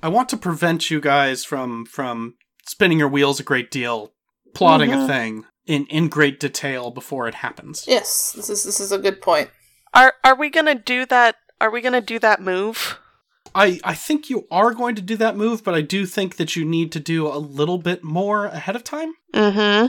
[SPEAKER 1] I want to prevent you guys from from spinning your wheels a great deal, plotting a
[SPEAKER 2] Mhm.
[SPEAKER 1] thing in in great detail before it happens.
[SPEAKER 3] yes, this is this is a good point.
[SPEAKER 2] Are are we gonna do that? Are we gonna do that move?
[SPEAKER 1] I I think you are going to do that move, but I do think that you need to do a little bit more ahead of time
[SPEAKER 2] Mm-hmm.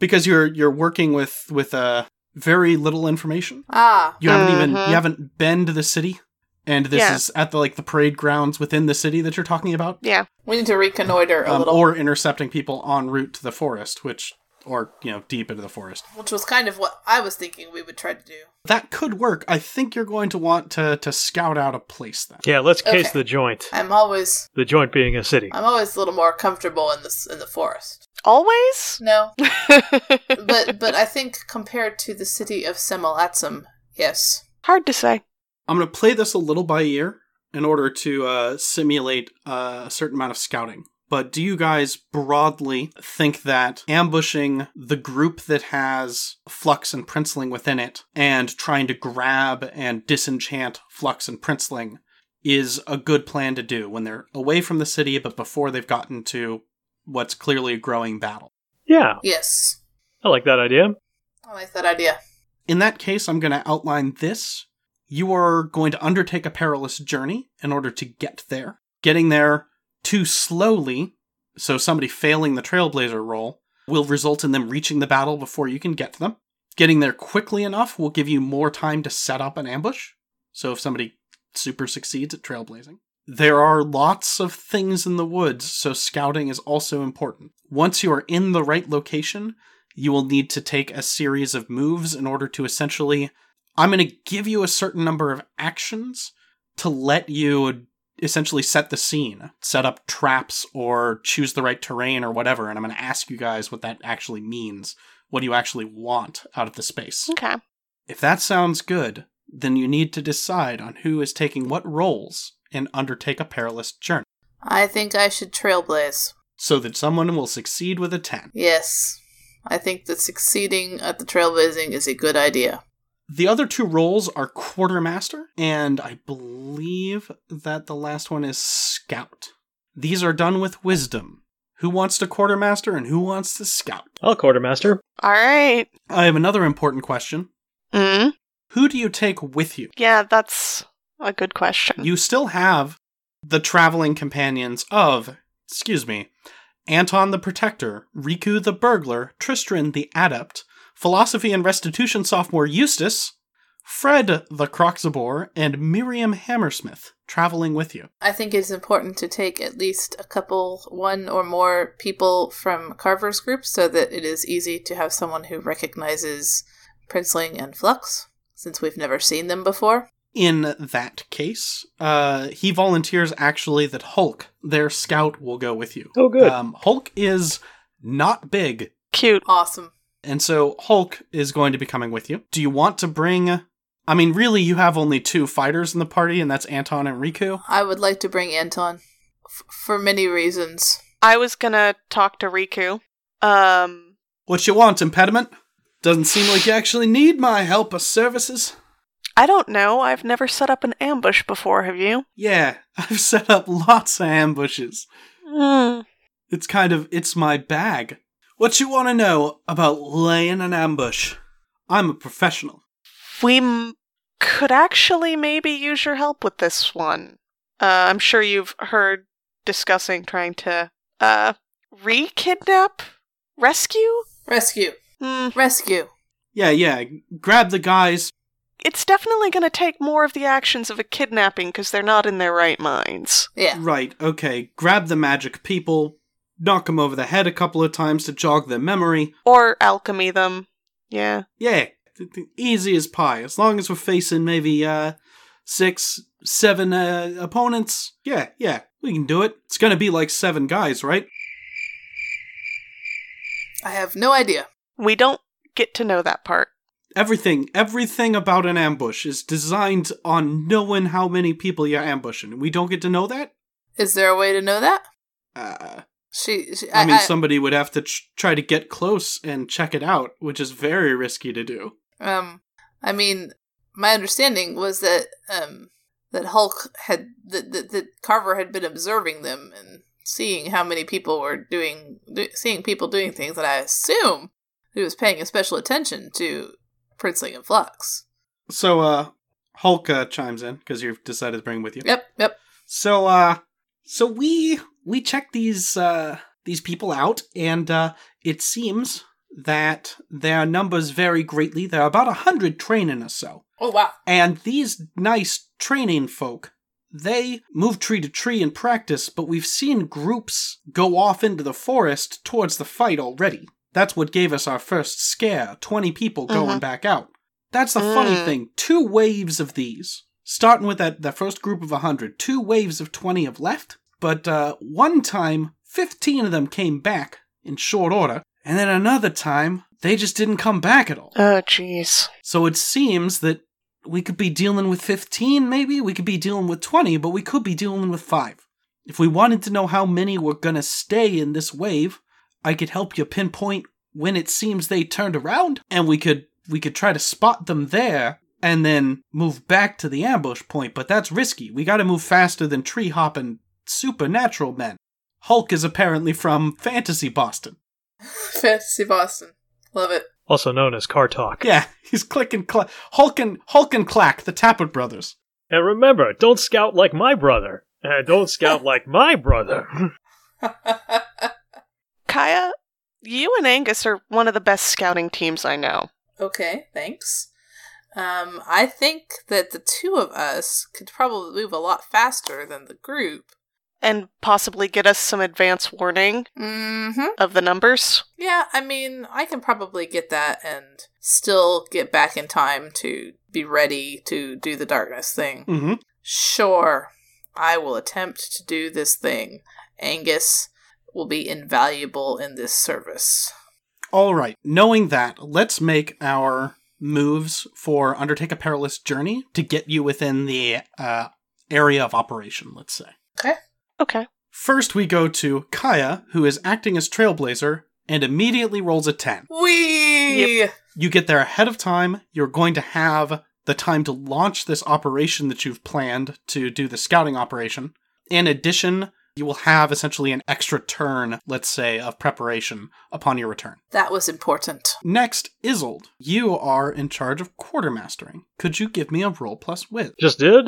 [SPEAKER 1] because you're you're working with with uh, very little information.
[SPEAKER 3] Ah,
[SPEAKER 1] You haven't even
[SPEAKER 2] Mhm.
[SPEAKER 1] you haven't been to the city, and this
[SPEAKER 2] Yeah.
[SPEAKER 1] is at the like the parade grounds within the city that you're talking about.
[SPEAKER 2] Yeah.
[SPEAKER 3] we need to reconnoiter a
[SPEAKER 1] um,
[SPEAKER 3] little,
[SPEAKER 1] or intercepting people en route to the forest, which or you know deep into the forest.
[SPEAKER 3] which was kind of what I was thinking we would try to do.
[SPEAKER 1] That could work. I think you're going to want to to scout out a place then.
[SPEAKER 4] Yeah, let's case
[SPEAKER 3] Okay.
[SPEAKER 4] the joint.
[SPEAKER 3] I'm always
[SPEAKER 4] The joint being a city.
[SPEAKER 3] I'm always a little more comfortable in this in the forest.
[SPEAKER 2] Always.
[SPEAKER 3] No, but but I think compared to the city of Semolatsum, yes.
[SPEAKER 2] Hard to say.
[SPEAKER 1] I'm going to play this a little by ear in order to uh, simulate uh, a certain amount of scouting. But do you guys broadly think that ambushing the group that has Flux and Princeling within it and trying to grab and disenchant Flux and Princeling is a good plan to do when they're away from the city but before they've gotten to what's clearly a growing battle?
[SPEAKER 4] Yeah,
[SPEAKER 3] Yes.
[SPEAKER 4] I like that idea.
[SPEAKER 3] I like that idea.
[SPEAKER 1] In that case, I'm going to outline this. You are going to undertake a perilous journey in order to get there. Getting there too slowly, so somebody failing the trailblazer roll, will result in them reaching the battle before you can get to them. Getting there quickly enough will give you more time to set up an ambush. So if somebody super succeeds at trailblazing, there are lots of things in the woods, so scouting is also important. Once you are in the right location, you will need to take a series of moves in order to essentially I'm going to give you a certain number of actions to let you essentially set the scene, set up traps or choose the right terrain or whatever, and I'm going to ask you guys what that actually means. What do you actually want out of the space?
[SPEAKER 2] Okay.
[SPEAKER 1] If that sounds good, then you need to decide on who is taking what roles and undertake a perilous journey
[SPEAKER 3] I think I should trailblaze.
[SPEAKER 1] so that someone will succeed with a 10.
[SPEAKER 3] Yes. I think that succeeding at the trailblazing is a good idea.
[SPEAKER 1] The other two roles are quartermaster, and I believe that the last one is scout. These are done with wisdom. Who wants to quartermaster and who wants to scout?
[SPEAKER 4] I'll quartermaster.
[SPEAKER 2] All right.
[SPEAKER 1] I have another important question.
[SPEAKER 2] Mm.
[SPEAKER 1] Who do you take with you?
[SPEAKER 2] Yeah, that's a good question.
[SPEAKER 1] You still have the traveling companions of, excuse me, Anton the Protector, Riku the Burglar, Tristran the Adept, Philosophy and Restitution sophomore Eustace, Fred the Croxabore, and Miriam Hammersmith traveling with you.
[SPEAKER 3] I think it's important to take at least a couple, one or more people from Carver's group so that it is easy to have someone who recognizes Princeling and Flux, since we've never seen them before.
[SPEAKER 1] In that case, uh, he volunteers actually that Hulk, their scout, will go with you.
[SPEAKER 4] Oh, good.
[SPEAKER 1] Um, Hulk is not big,
[SPEAKER 2] Cute.
[SPEAKER 3] Awesome.
[SPEAKER 1] and so Hulk is going to be coming with you. Do you want to bring. I mean, really, you have only two fighters in the party, and that's Anton and Riku.
[SPEAKER 3] I would like to bring Anton f- for many reasons.
[SPEAKER 2] I was gonna talk to Riku. Um,
[SPEAKER 1] What you want, impediment? Doesn't seem like you actually need my help or services.
[SPEAKER 2] I don't know. I've never set up an ambush before, have you?
[SPEAKER 1] Yeah, I've set up lots of ambushes.
[SPEAKER 2] Mm.
[SPEAKER 1] It's kind of it's my bag. What you want to know about laying an ambush? I'm a professional.
[SPEAKER 2] We m- could actually maybe use your help with this one. Uh, I'm sure you've heard discussing trying to uh, re kidnap? Rescue?
[SPEAKER 3] Rescue.
[SPEAKER 2] Hmm.
[SPEAKER 3] Rescue.
[SPEAKER 1] Yeah, yeah. Grab the guys.
[SPEAKER 2] It's definitely going to take more of the actions of a kidnapping because they're not in their right minds.
[SPEAKER 3] Yeah.
[SPEAKER 1] Right. Okay. Grab the magic people. Knock them over the head a couple of times to jog their memory.
[SPEAKER 2] Or alchemy them. Yeah.
[SPEAKER 1] Yeah, th- th- easy as pie. As long as we're facing maybe uh six, seven uh, opponents. Yeah, yeah. We can do it. It's going to be like seven guys, right?
[SPEAKER 3] I have no idea.
[SPEAKER 2] We don't get to know that part.
[SPEAKER 1] everything everything about an ambush is designed on knowing how many people you're ambushing we don't get to know that
[SPEAKER 3] Is there a way to know that?
[SPEAKER 1] uh,
[SPEAKER 3] She. she
[SPEAKER 1] i mean
[SPEAKER 3] I-
[SPEAKER 1] somebody would have to ch- try to get close and check it out which is very risky to do
[SPEAKER 3] Um, I mean, my understanding was that um that Hulk had that that, that Carver had been observing them and seeing how many people were doing do, seeing people doing things, and I assume he was paying a special attention to Princeling and Flux.
[SPEAKER 1] so uh hulk uh, chimes in because you've decided to bring him with you
[SPEAKER 3] Yep, yep.
[SPEAKER 1] so uh so we we check these uh these people out and uh it seems that their numbers vary greatly there are about a hundred training or so
[SPEAKER 3] Oh wow.
[SPEAKER 1] And these nice training folk, they move tree to tree in practice, but we've seen groups go off into the forest towards the fight already. That's what gave us our first scare 20 people going
[SPEAKER 2] Mhm.
[SPEAKER 1] back out. That's the funny
[SPEAKER 2] Mm.
[SPEAKER 1] thing. Two waves of these, starting with that, that first group of 100, two waves of 20 have left, but uh, one time, 15 of them came back in short order, and then another time, they just didn't come back at all.
[SPEAKER 2] Oh, jeez.
[SPEAKER 1] So it seems that we could be dealing with 15, maybe. We could be dealing with 20, but we could be dealing with 5. If we wanted to know how many were going to stay in this wave, I could help you pinpoint when it seems they turned around and we could we could try to spot them there and then move back to the ambush point, but that's risky. We got to move faster than tree hopping supernatural men. Hulk is apparently from fantasy Boston.
[SPEAKER 3] Fantasy Boston. Love it.
[SPEAKER 4] Also known as Car Talk.
[SPEAKER 1] Yeah, he's click and clack. Hulk and, Hulk and Clack, the Tappert brothers.
[SPEAKER 4] And remember, don't scout like my brother. And don't scout like my brother.
[SPEAKER 2] Kaya, you and Angus are one of the best scouting teams I know.
[SPEAKER 3] okay, thanks. Um, I think that the two of us could probably move a lot faster than the group.
[SPEAKER 2] And possibly get us some advance warning
[SPEAKER 3] Mm-hmm.
[SPEAKER 2] of the numbers.
[SPEAKER 3] Yeah, I mean, I can probably get that and still get back in time to be ready to do the darkness thing.
[SPEAKER 1] Mm hmm.
[SPEAKER 3] Sure, I will attempt to do this thing. Angus will be invaluable in this service.
[SPEAKER 1] All right. Knowing that, let's make our moves for undertake a perilous journey to get you within the uh, area of operation. Let's say
[SPEAKER 2] Okay.
[SPEAKER 1] first we go to Kaya, who is acting as trailblazer, and immediately rolls a ten.
[SPEAKER 3] We
[SPEAKER 1] You get there ahead of time. You're going to have the time to launch this operation that you've planned to do the scouting operation. In addition, You will have essentially an extra turn, let's say, of preparation upon your return.
[SPEAKER 3] That was important.
[SPEAKER 1] Next, Isold, you are in charge of quartermastering. Could you give me a roll plus wit?
[SPEAKER 4] Just did.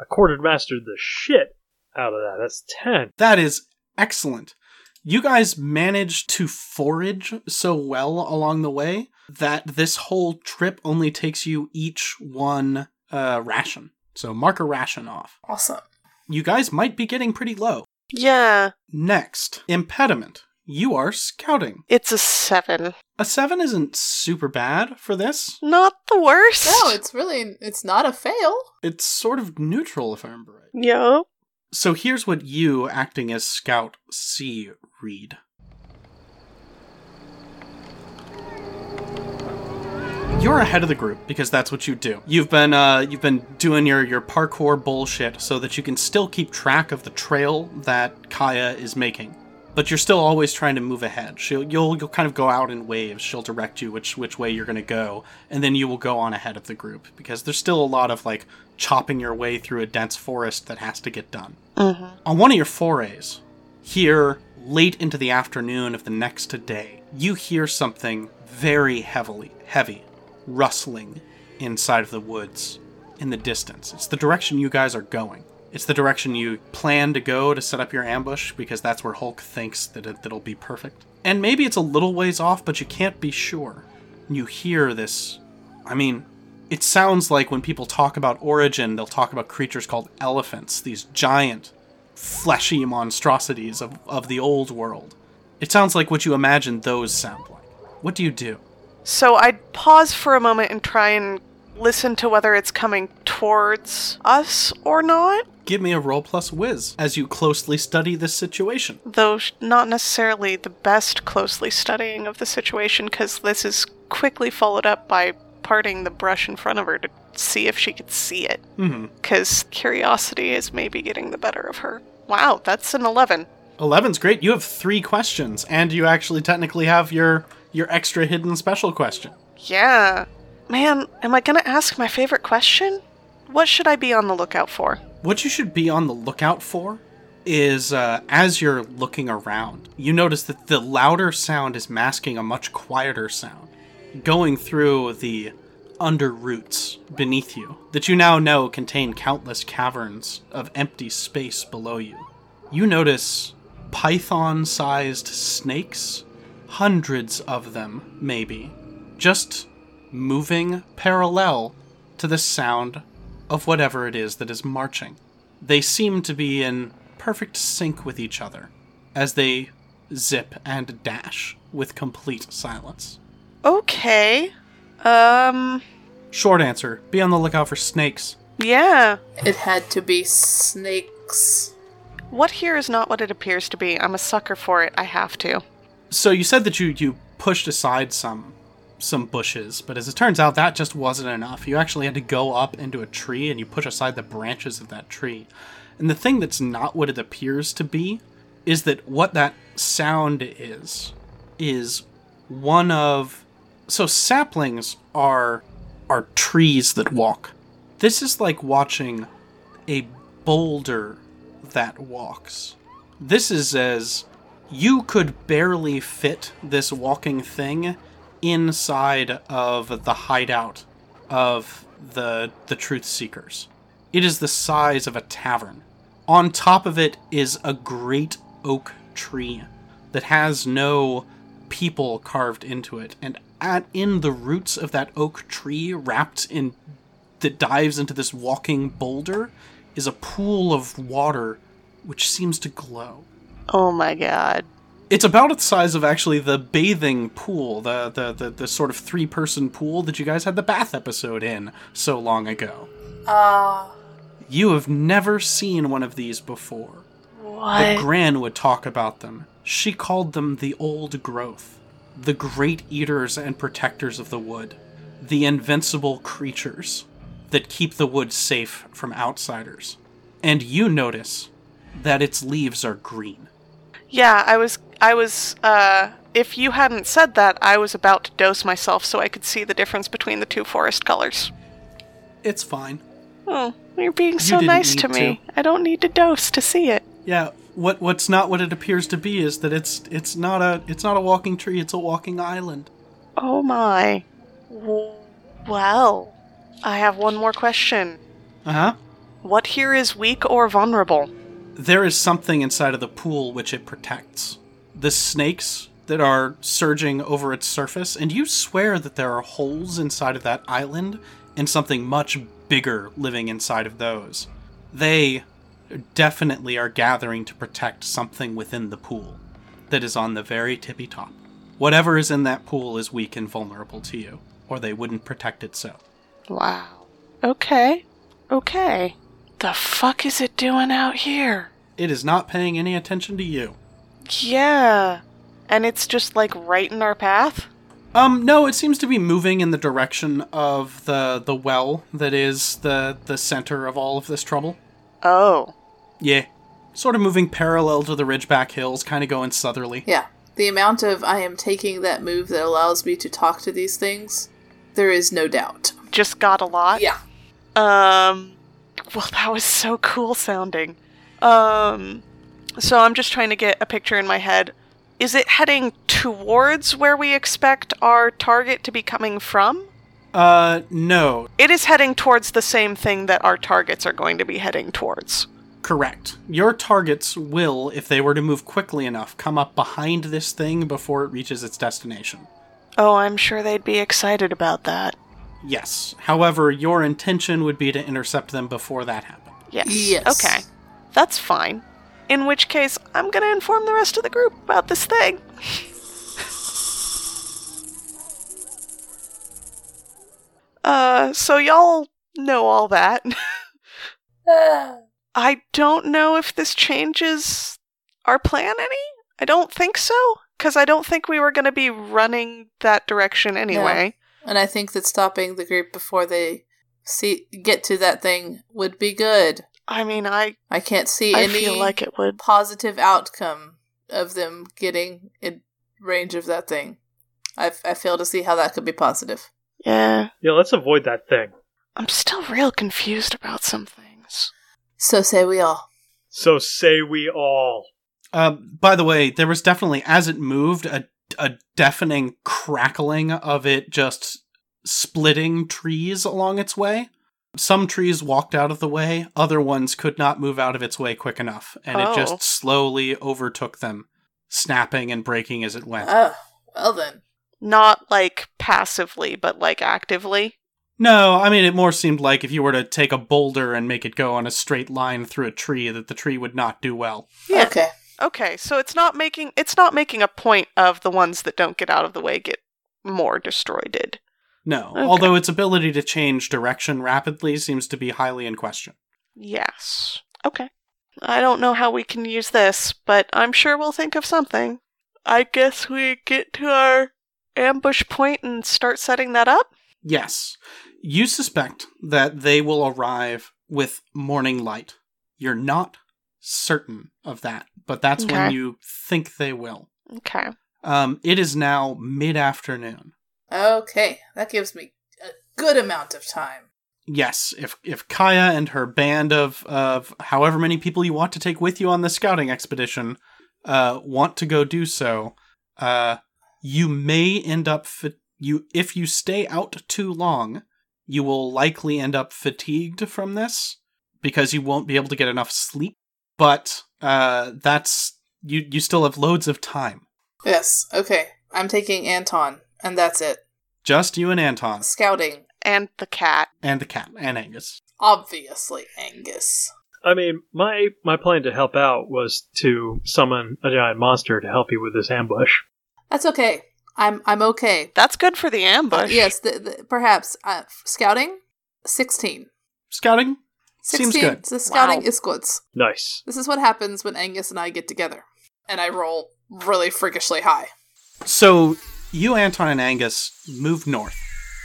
[SPEAKER 4] I quartermastered the shit out of that. That's 10.
[SPEAKER 1] That is excellent. You guys managed to forage so well along the way that this whole trip only takes you each one uh, ration. So mark a ration off.
[SPEAKER 3] Awesome.
[SPEAKER 1] You guys might be getting pretty low.
[SPEAKER 2] Yeah,
[SPEAKER 1] Next, impediment. You are scouting.
[SPEAKER 2] it's a seven.
[SPEAKER 1] A seven isn't super bad for this.
[SPEAKER 2] Not the worst.
[SPEAKER 3] No, it's really it's not a fail.
[SPEAKER 1] It's sort of neutral, if I remember right.
[SPEAKER 2] Yo.
[SPEAKER 1] So here's what you, acting as scout, see read. You're ahead of the group because that's what you do. You've been uh, you've been doing your your parkour bullshit so that you can still keep track of the trail that Kaya is making, but you're still always trying to move ahead. She'll you'll you'll kind of go out in waves. She'll direct you which which way you're going to go, and then you will go on ahead of the group because there's still a lot of like chopping your way through a dense forest that has to get done
[SPEAKER 2] Mm-hmm.
[SPEAKER 1] on one of your forays, here late into the afternoon of the next day, you hear something very heavily heavy rustling inside of the woods in the distance. It's the direction you guys are going. It's the direction you plan to go to set up your ambush because that's where Hulk thinks that it, that'll be perfect. And maybe it's a little ways off, but you can't be sure. You hear this. I mean, it sounds like when people talk about origin, they'll talk about creatures called elephants, these giant fleshy monstrosities of, of the old world. It sounds like what you imagine those sound like. What do you do?
[SPEAKER 2] So I'd pause for a moment and try and listen to whether it's coming towards us or not,
[SPEAKER 1] Give me a roll plus whiz as you closely study this situation.
[SPEAKER 2] though sh- not necessarily the best closely studying of the situation, because this is quickly followed up by parting the brush in front of her to see if she could see it,
[SPEAKER 1] hmm
[SPEAKER 2] because curiosity is maybe getting the better of her. Wow, that's an 11.
[SPEAKER 1] 11's great. You have three questions, and you actually technically have your your extra hidden special question.
[SPEAKER 2] Yeah. Man, am I gonna ask my favorite question? What should I be on the lookout for?
[SPEAKER 1] What you should be on the lookout for is uh, as you're looking around, you notice that the louder sound is masking a much quieter sound going through the under roots beneath you that you now know contain countless caverns of empty space below you. You notice python sized snakes, hundreds of them, maybe, just moving parallel to the sound of whatever it is that is marching. They seem to be in perfect sync with each other as they zip and dash with complete silence.
[SPEAKER 2] Okay. Um,
[SPEAKER 1] Short answer be on the lookout for snakes.
[SPEAKER 2] yeah.
[SPEAKER 3] It had to be snakes.
[SPEAKER 2] What here is not what it appears to be. I'm a sucker for it. I have to.
[SPEAKER 1] So you said that you, you pushed aside some some bushes, but as it turns out that just wasn't enough. You actually had to go up into a tree and you push aside the branches of that tree. And the thing that's not what it appears to be is that what that sound is is one of so saplings are are trees that walk. This is like watching a boulder that walks. This is as you could barely fit this walking thing inside of the hideout of the the truth seekers. It is the size of a tavern. On top of it is a great oak tree that has no people carved into it and at in the roots of that oak tree wrapped in that dives into this walking boulder is a pool of water which seems to glow.
[SPEAKER 2] Oh my god.
[SPEAKER 1] It's about the size of actually the bathing pool, the the, the, the sort of three person pool that you guys had the bath episode in so long ago.
[SPEAKER 3] Ah,
[SPEAKER 1] You have never seen one of these before. But
[SPEAKER 2] What?
[SPEAKER 1] Gran would talk about them. She called them the old growth, the great eaters and protectors of the wood, the invincible creatures that keep the wood safe from outsiders. And you notice that its leaves are green.
[SPEAKER 2] yeah, I was. I was. Uh, if you hadn't said that, I was about to dose myself so I could see the difference between the two forest colors.
[SPEAKER 1] It's fine.
[SPEAKER 2] Oh, you're being so
[SPEAKER 1] didn't
[SPEAKER 2] nice
[SPEAKER 1] need
[SPEAKER 2] to me. I don't need to dose to see it.
[SPEAKER 1] Yeah, what what's not what it appears to be is that it's it's not a it's not a walking tree, it's a walking island.
[SPEAKER 2] Oh my. W- Well, I have one more question.
[SPEAKER 1] Uh-huh.
[SPEAKER 2] What here is weak or vulnerable?
[SPEAKER 1] There is something inside of the pool which it protects. The snakes that are surging over its surface, and you swear that there are holes inside of that island and something much bigger living inside of those. They definitely are gathering to protect something within the pool that is on the very tippy top. Whatever is in that pool is weak and vulnerable to you, or they wouldn't protect it so.
[SPEAKER 2] Wow. Okay. Okay. The fuck is it doing out here?
[SPEAKER 1] It is not paying any attention to you.
[SPEAKER 2] Yeah. And it's just like right in our path?
[SPEAKER 1] Um, no, it seems to be moving in the direction of the the well that is the the center of all of this trouble.
[SPEAKER 2] Oh.
[SPEAKER 1] Yeah. Sort of moving parallel to the Ridgeback Hills, kind of going southerly.
[SPEAKER 3] Yeah. The amount of I am taking that move that allows me to talk to these things, there is no doubt.
[SPEAKER 2] Just got a lot?
[SPEAKER 3] Yeah.
[SPEAKER 2] Um, well, that was so cool sounding. Um, so I'm just trying to get a picture in my head. Is it heading towards where we expect our target to be coming from?
[SPEAKER 1] Uh, no.
[SPEAKER 2] It is heading towards the same thing that our targets are going to be heading towards.
[SPEAKER 1] Correct. Your targets will, if they were to move quickly enough, come up behind this thing before it reaches its destination.
[SPEAKER 2] Oh, I'm sure they'd be excited about that.
[SPEAKER 1] Yes. However, your intention would be to intercept them before that happened.
[SPEAKER 2] Yes.
[SPEAKER 3] Yes.
[SPEAKER 2] Okay. That's fine. In which case, I'm going to inform the rest of the group about this thing. uh, so y'all know all that. I don't know if this changes our plan any. I don't think so, because I don't think we were going to be running that direction anyway.
[SPEAKER 3] And I think that stopping the group before they see get to that thing would be good.
[SPEAKER 2] I mean, I,
[SPEAKER 3] I can't see
[SPEAKER 2] I
[SPEAKER 3] any
[SPEAKER 2] feel like it would.
[SPEAKER 3] positive outcome of them getting in range of that thing. I, I fail to see how that could be positive.
[SPEAKER 2] Yeah.
[SPEAKER 4] Yeah, let's avoid that thing.
[SPEAKER 2] I'm still real confused about some things.
[SPEAKER 3] So say we all.
[SPEAKER 4] So say we all.
[SPEAKER 1] Um, by the way, there was definitely, as it moved, a, a deafening crackling of it just splitting trees along its way. Some trees walked out of the way, other ones could not move out of its way quick enough, and it
[SPEAKER 2] Oh.
[SPEAKER 1] just slowly overtook them, snapping and breaking as it went.
[SPEAKER 2] Uh.
[SPEAKER 3] Oh, well then.
[SPEAKER 2] Not like passively, but like actively.
[SPEAKER 1] no, I mean, it more seemed like if you were to take a boulder and make it go on a straight line through a tree, that the tree would not do well.
[SPEAKER 2] Yeah.
[SPEAKER 3] Okay.
[SPEAKER 2] Okay, so it's not making it's not making a point of the ones that don't get out of the way get more destroyed.
[SPEAKER 1] No,
[SPEAKER 2] Okay.
[SPEAKER 1] although its ability to change direction rapidly seems to be highly in question.
[SPEAKER 2] Yes. Okay. I don't know how we can use this, but I'm sure we'll think of something. I guess we get to our ambush point and start setting that up.
[SPEAKER 1] Yes. You suspect that they will arrive with morning light. You're not certain of that, but that's when
[SPEAKER 2] Okay.
[SPEAKER 1] you think they will.
[SPEAKER 2] Okay.
[SPEAKER 1] Um, it is now mid afternoon.
[SPEAKER 3] Okay. That gives me a good amount of time.
[SPEAKER 1] Yes, if if Kaya and her band of of however many people you want to take with you on the scouting expedition uh, want to go do so, uh, you may end up fa- you if you stay out too long, you will likely end up fatigued from this because you won't be able to get enough sleep. But uh, that's you you still have loads of time.
[SPEAKER 3] Yes. Okay. I'm taking Anton, and that's it.
[SPEAKER 1] Just you and Anton
[SPEAKER 3] Scouting.
[SPEAKER 2] And the cat.
[SPEAKER 1] and the cat and Angus.
[SPEAKER 3] Obviously, Angus.
[SPEAKER 4] I mean, my my plan to help out was to summon a giant monster to help you with this ambush.
[SPEAKER 3] That's okay. I'm I'm okay.
[SPEAKER 2] That's good for the ambush.
[SPEAKER 3] Yes, th th perhaps uh, scouting. Sixteen.
[SPEAKER 1] Scouting
[SPEAKER 3] Sixteen.
[SPEAKER 1] seems good.
[SPEAKER 3] So scouting
[SPEAKER 2] Wow.
[SPEAKER 3] is good.
[SPEAKER 4] Nice.
[SPEAKER 3] This is what happens when Angus and I get together, and I roll really freakishly high.
[SPEAKER 1] So you, Anton, and Angus move north,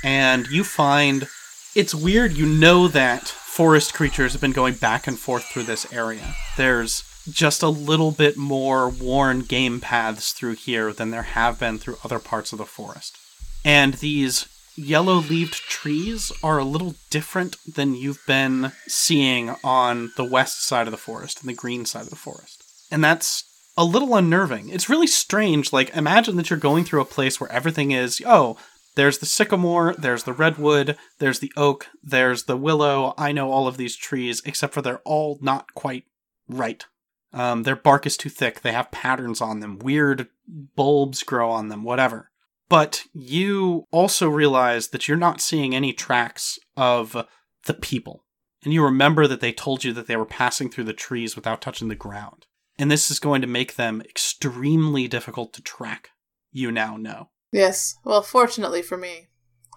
[SPEAKER 1] and you find it's weird. You know that forest creatures have been going back and forth through this area. There's just a little bit more worn game paths through here than there have been through other parts of the forest. And these yellow leaved trees are a little different than you've been seeing on the west side of the forest and the green side of the forest. and that's a little unnerving. It's really strange. Like, imagine that you're going through a place where everything is, oh, there's the sycamore, there's the redwood, there's the oak, there's the willow. I know all of these trees, except for they're all not quite right. Um, their bark is too thick, they have patterns on them, weird bulbs grow on them, whatever. But you also realize that you're not seeing any tracks of the people. And you remember that they told you that they were passing through the trees without touching the ground and this is going to make them extremely difficult to track. You now know.
[SPEAKER 3] Yes. Well, fortunately for me,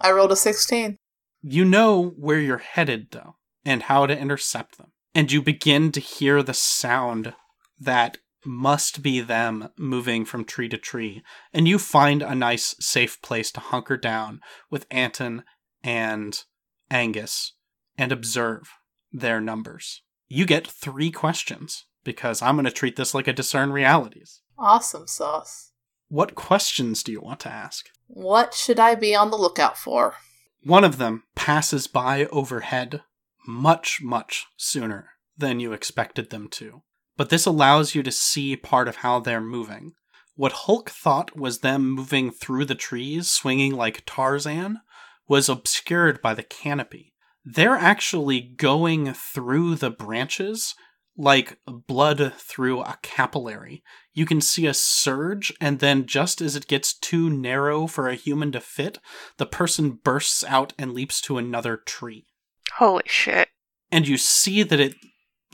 [SPEAKER 3] I rolled a 16.
[SPEAKER 1] You know where you're headed, though, and how to intercept them. And you begin to hear the sound that must be them moving from tree to tree. And you find a nice, safe place to hunker down with Anton and Angus and observe their numbers. You get three questions because I'm going to treat this like a discern realities.
[SPEAKER 3] Awesome sauce.
[SPEAKER 1] What questions do you want to ask?
[SPEAKER 3] What should I be on the lookout for?
[SPEAKER 1] One of them passes by overhead much, much sooner than you expected them to. But this allows you to see part of how they're moving. What Hulk thought was them moving through the trees, swinging like Tarzan, was obscured by the canopy. They're actually going through the branches like blood through a capillary. You can see a surge, and then just as it gets too narrow for a human to fit, the person bursts out and leaps to another tree.
[SPEAKER 2] Holy shit.
[SPEAKER 1] And you see that it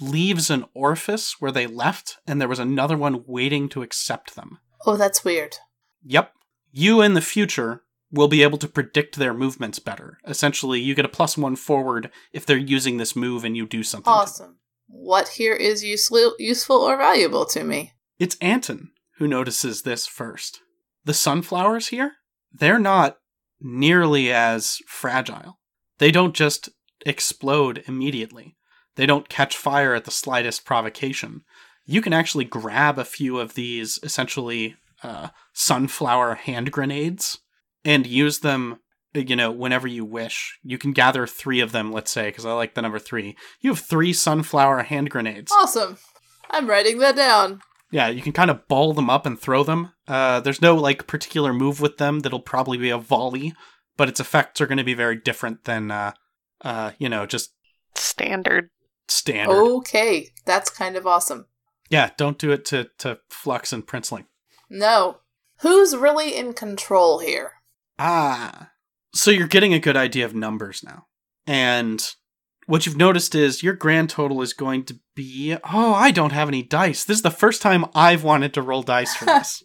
[SPEAKER 1] leaves an orifice where they left, and there was another one waiting to accept them.
[SPEAKER 3] Oh, that's weird.
[SPEAKER 1] Yep. You in the future will be able to predict their movements better. Essentially, you get a plus one forward if they're using this move and you do something. to them.
[SPEAKER 3] Awesome. What here is useful, useful or valuable to me?
[SPEAKER 1] It's Anton who notices this first. The sunflowers here, they're not nearly as fragile. They don't just explode immediately, they don't catch fire at the slightest provocation. You can actually grab a few of these essentially uh, sunflower hand grenades and use them you know, whenever you wish. You can gather three of them, let's say, because I like the number three. You have three sunflower hand grenades.
[SPEAKER 3] Awesome. I'm writing that down.
[SPEAKER 1] Yeah, you can kind of ball them up and throw them. Uh, there's no like particular move with them that'll probably be a volley, but its effects are going to be very different than, uh, uh, you know, just
[SPEAKER 2] Standard.
[SPEAKER 1] standard.
[SPEAKER 3] Oh. Okay, that's kind of awesome.
[SPEAKER 1] Yeah, don't do it to to Flux and Princeling.
[SPEAKER 3] No. Who's really in control here?
[SPEAKER 1] Ah, so you're getting a good idea of numbers now. And what you've noticed is your grand total is going to be oh, I don't have any dice. This is the first time I've wanted to roll dice for this.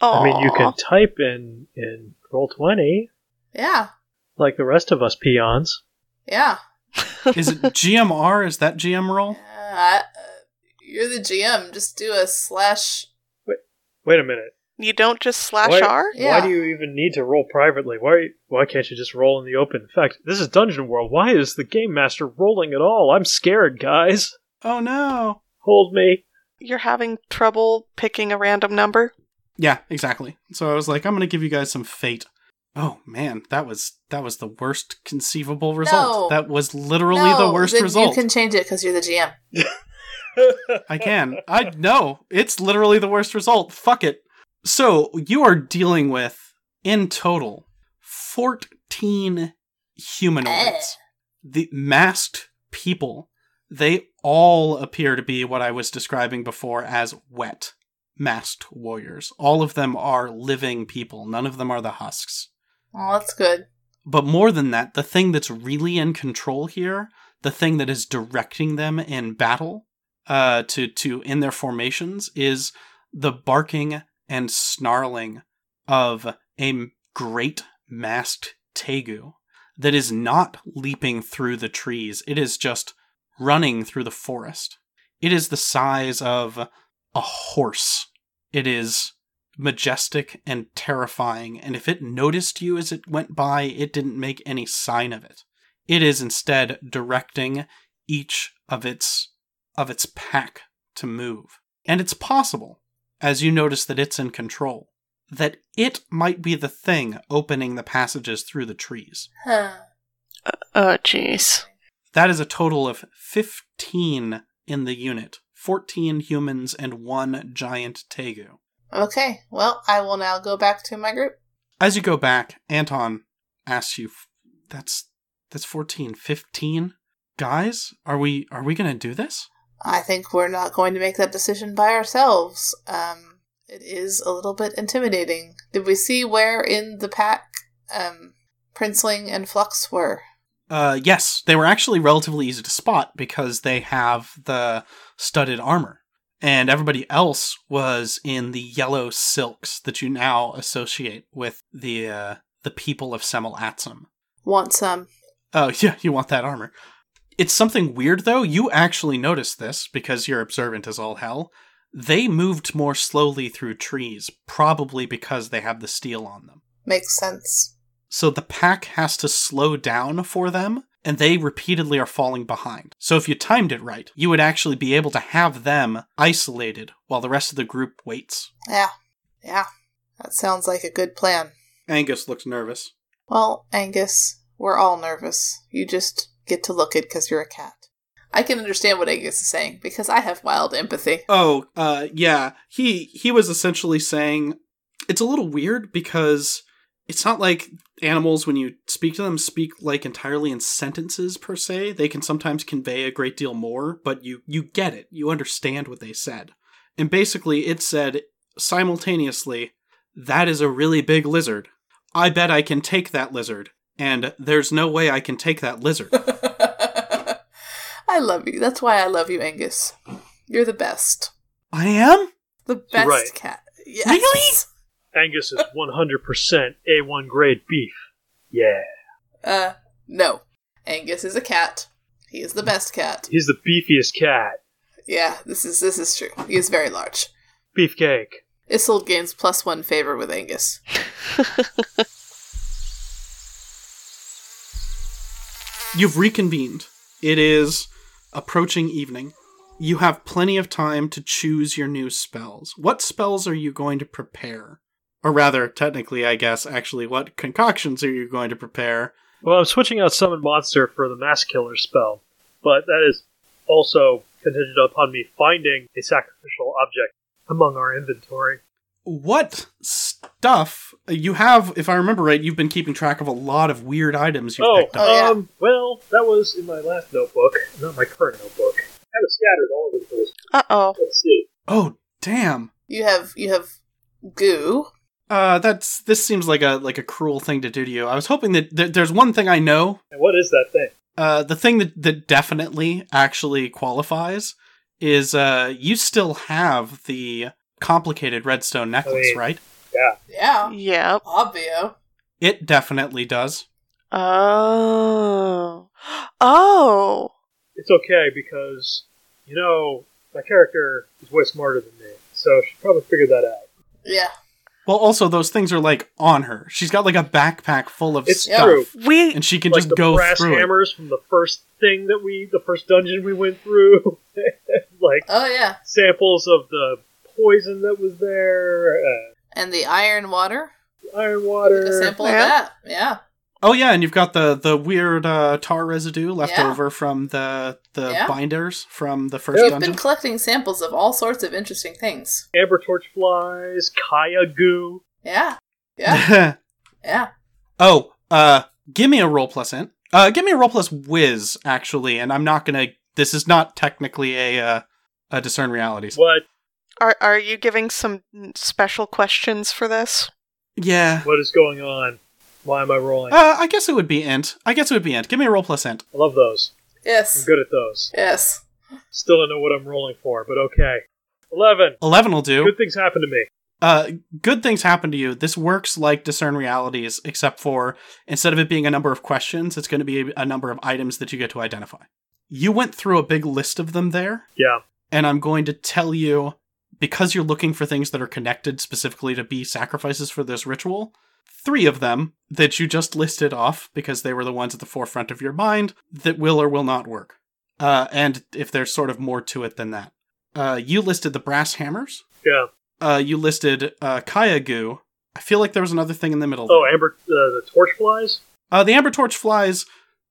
[SPEAKER 2] Oh,
[SPEAKER 4] I mean, you can type in in roll twenty
[SPEAKER 3] Yeah,
[SPEAKER 4] like the rest of us peons.
[SPEAKER 3] yeah.
[SPEAKER 1] is it GMR? Is that GM roll?
[SPEAKER 3] Uh, I- uh, you're the GM. Just do a slash.
[SPEAKER 4] Wait a minute.
[SPEAKER 2] You don't just slash
[SPEAKER 4] why,
[SPEAKER 2] R?
[SPEAKER 3] Yeah.
[SPEAKER 4] Why do you even need to roll privately? Why why can't you just roll in the open? In fact, this is Dungeon World. Why is the game master rolling at all? I'm scared, guys.
[SPEAKER 1] Oh no.
[SPEAKER 4] Hold me.
[SPEAKER 2] You're having trouble picking a random number?
[SPEAKER 1] Yeah, exactly. So I was like, I'm gonna give you guys some fate. Oh man, that was that was the worst conceivable result.
[SPEAKER 3] No.
[SPEAKER 1] That was literally the
[SPEAKER 3] No,
[SPEAKER 1] worst
[SPEAKER 3] then
[SPEAKER 1] result.
[SPEAKER 3] You can change it because you're the GM.
[SPEAKER 1] I can. I no, it's literally the worst result. Fuck it. So you are dealing with in total fourteen humanoids, the masked people. They all appear to be what I was describing before as wet masked warriors. All of them are living people. None of them are the husks.
[SPEAKER 3] Oh, that's good.
[SPEAKER 1] But more than that, the thing that's really in control here, the thing that is directing them in battle, uh, to to in their formations, is the barking and snarling of a m- great masked tegu that is not leaping through the trees. It is just running through the forest. It is the size of a horse. It is majestic and terrifying, and if it noticed you as it went by, it didn't make any sign of it. It is instead directing each of its of its pack to move. And it's possible, as you notice that it's in control, that it might be the thing opening the passages through the trees.
[SPEAKER 3] Huh.
[SPEAKER 2] Oh, jeez.
[SPEAKER 1] That is a total of 15 in the unit 14 humans, and one giant Tegu.
[SPEAKER 3] Okay, well, I will now go back to my group.
[SPEAKER 1] As you go back, Anton asks you, that's that's 14, 15 guys? Are we are we going to do this?
[SPEAKER 3] I think we're not going to make that decision by ourselves. Um, it is a little bit intimidating. Did we see where in the pack um, Princeling and Flux were?
[SPEAKER 1] Uh, yes, they were actually relatively easy to spot because they have the studded armor. And everybody else was in the yellow silks that you now associate with the uh, the people of Semelatsum.
[SPEAKER 3] Want some?
[SPEAKER 1] Oh yeah, you want that armor. It's something weird though. You actually noticed this because you're observant as all hell. They moved more slowly through trees, probably because they have the steel on them.
[SPEAKER 3] Makes sense.
[SPEAKER 1] So the pack has to slow down for them, and they repeatedly are falling behind. So if you timed it right, you would actually be able to have them isolated while the rest of the group waits.
[SPEAKER 3] Yeah, yeah. That sounds like a good plan.
[SPEAKER 1] Angus looks nervous.
[SPEAKER 3] Well, Angus, we're all nervous. You just get to look it because you're a cat. I can understand what Angus is saying because I have wild empathy.
[SPEAKER 1] Oh, uh, yeah. He he was essentially saying it's a little weird because it's not like animals when you speak to them speak like entirely in sentences per se. They can sometimes convey a great deal more, but you you get it. You understand what they said. And basically, it said simultaneously, "That is a really big lizard. I bet I can take that lizard." And there's no way I can take that lizard.
[SPEAKER 3] I love you. That's why I love you, Angus. You're the best.
[SPEAKER 1] I am.
[SPEAKER 3] The best
[SPEAKER 4] Right.
[SPEAKER 3] cat. Yes.
[SPEAKER 1] Really?
[SPEAKER 4] Angus is 100% A1 grade beef. Yeah.
[SPEAKER 3] Uh, no. Angus is a cat. He is the best cat.
[SPEAKER 4] He's the beefiest cat.
[SPEAKER 3] Yeah, this is this is true. He is very large.
[SPEAKER 4] Beefcake.
[SPEAKER 3] Isold gains plus one favor with Angus.
[SPEAKER 1] You've reconvened. It is approaching evening. You have plenty of time to choose your new spells. What spells are you going to prepare? Or rather, technically, I guess, actually, what concoctions are you going to prepare?
[SPEAKER 4] Well, I'm switching out Summon Monster for the Mass Killer spell, but that is also contingent upon me finding a sacrificial object among our inventory.
[SPEAKER 1] What stuff uh, you have? If I remember right, you've been keeping track of a lot of weird items you've
[SPEAKER 4] oh,
[SPEAKER 1] picked up.
[SPEAKER 3] Oh, yeah.
[SPEAKER 4] um, well, that was in my last notebook, not my current notebook. Kind of scattered all over the place.
[SPEAKER 2] Uh oh.
[SPEAKER 4] Let's see.
[SPEAKER 1] Oh, damn!
[SPEAKER 3] You have you have goo.
[SPEAKER 1] Uh, that's this seems like a like a cruel thing to do to you. I was hoping that th- there's one thing I know
[SPEAKER 4] And what is that thing?
[SPEAKER 1] Uh, the thing that, that definitely actually qualifies is uh, you still have the complicated redstone necklace,
[SPEAKER 4] Oh, Wait.
[SPEAKER 1] right?
[SPEAKER 3] Yeah.
[SPEAKER 2] Yep.
[SPEAKER 3] Obvio.
[SPEAKER 1] It definitely does.
[SPEAKER 2] Oh. Oh.
[SPEAKER 4] it's okay because you know my character is way smarter than me, so she probably figured that out.
[SPEAKER 3] Yeah.
[SPEAKER 1] Well, also those things are like on her. She's got like a backpack full of
[SPEAKER 4] It's
[SPEAKER 1] stuff,
[SPEAKER 4] true.
[SPEAKER 2] We
[SPEAKER 1] and she can
[SPEAKER 4] like
[SPEAKER 1] just
[SPEAKER 4] the
[SPEAKER 1] go
[SPEAKER 4] brass
[SPEAKER 1] through it.
[SPEAKER 4] hammers from the first thing that we, the first dungeon we went through, like
[SPEAKER 3] Oh yeah.
[SPEAKER 4] samples of the poison that was there, uh,
[SPEAKER 3] And the iron water.
[SPEAKER 4] iron
[SPEAKER 3] Take a
[SPEAKER 4] water.
[SPEAKER 3] sample
[SPEAKER 2] Yeah.
[SPEAKER 3] of that. Uh, Yeah.
[SPEAKER 1] Oh yeah, and you've got the the weird uh, tar residue left
[SPEAKER 3] Yeah.
[SPEAKER 1] over from the the
[SPEAKER 3] Yeah.
[SPEAKER 1] binders from the first
[SPEAKER 4] Yep.
[SPEAKER 3] You've
[SPEAKER 1] dungeon.
[SPEAKER 3] been collecting samples of all sorts of interesting things.
[SPEAKER 4] Amber torch flies, Kaya goo.
[SPEAKER 3] Yeah. Yeah. yeah.
[SPEAKER 1] Oh, uh, give me a roll plus int. Uh, give me a roll plus whiz, actually, and I'm not gonna. This is not technically a uh, a discern realities.
[SPEAKER 4] What?
[SPEAKER 2] are are you giving some special questions for this?
[SPEAKER 1] Yeah.
[SPEAKER 4] What is going on? Why am I rolling?
[SPEAKER 1] Uh, I guess it would be int. I guess it would be int. Give me a roll plus int.
[SPEAKER 4] I love those. I'm
[SPEAKER 3] Yes.
[SPEAKER 4] good at those.
[SPEAKER 3] Yes.
[SPEAKER 4] Still don't know what I'm rolling for, but okay. Eleven.
[SPEAKER 1] Eleven will do.
[SPEAKER 4] Good things happen to me.
[SPEAKER 1] Uh, good things happen to you. This works like discern realities, except for instead of it being a number of questions, it's going to be a number of items that you get to identify. You went through a big list of them there.
[SPEAKER 4] Yeah.
[SPEAKER 1] and I'm going to tell you because you're looking for things that are connected specifically to be sacrifices for this ritual. Three of them that you just listed off because they were the ones at the forefront of your mind that will or will not work. Uh, and if there's sort of more to it than that, uh, you listed the brass hammers.
[SPEAKER 4] Yeah.
[SPEAKER 1] Uh, you listed uh, Kaya goo. I feel like there was another thing in the middle.
[SPEAKER 4] Oh, Amber, uh, the torch flies.
[SPEAKER 1] Uh, the amber torch flies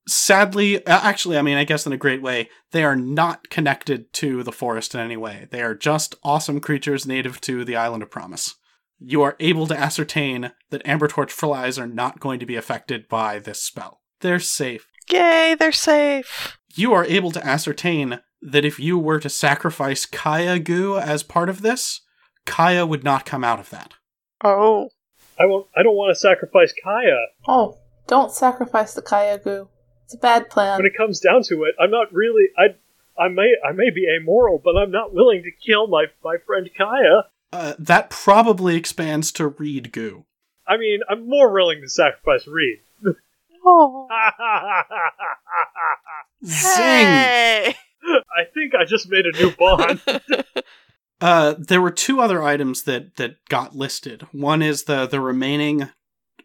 [SPEAKER 1] sadly, uh, actually, I mean, I guess in a great way, they are not connected to the forest in any way. They are just awesome creatures native to the Island of Promise. You are able to ascertain that Amber Torch flies are not going to be affected by this spell. They're safe.
[SPEAKER 2] Yay, they're safe.
[SPEAKER 1] You are able to ascertain that if you were to sacrifice Kaya Goo as part of this, Kaya would not come out of that.
[SPEAKER 2] Oh.
[SPEAKER 4] I won't. I don't want to sacrifice Kaya.
[SPEAKER 3] Oh, don't sacrifice the Kayagoo. It's a bad plan.
[SPEAKER 4] When it comes down to it, I'm not really. I. I may. I may be amoral, but I'm not willing to kill my my friend Kaya.
[SPEAKER 1] Uh, that probably expands to Reed Goo.
[SPEAKER 4] I mean, I'm more willing to sacrifice Reed.
[SPEAKER 2] Oh.
[SPEAKER 1] Zing!
[SPEAKER 4] I think I just made a new bond.
[SPEAKER 1] Uh, there were two other items that that got listed. One is the the remaining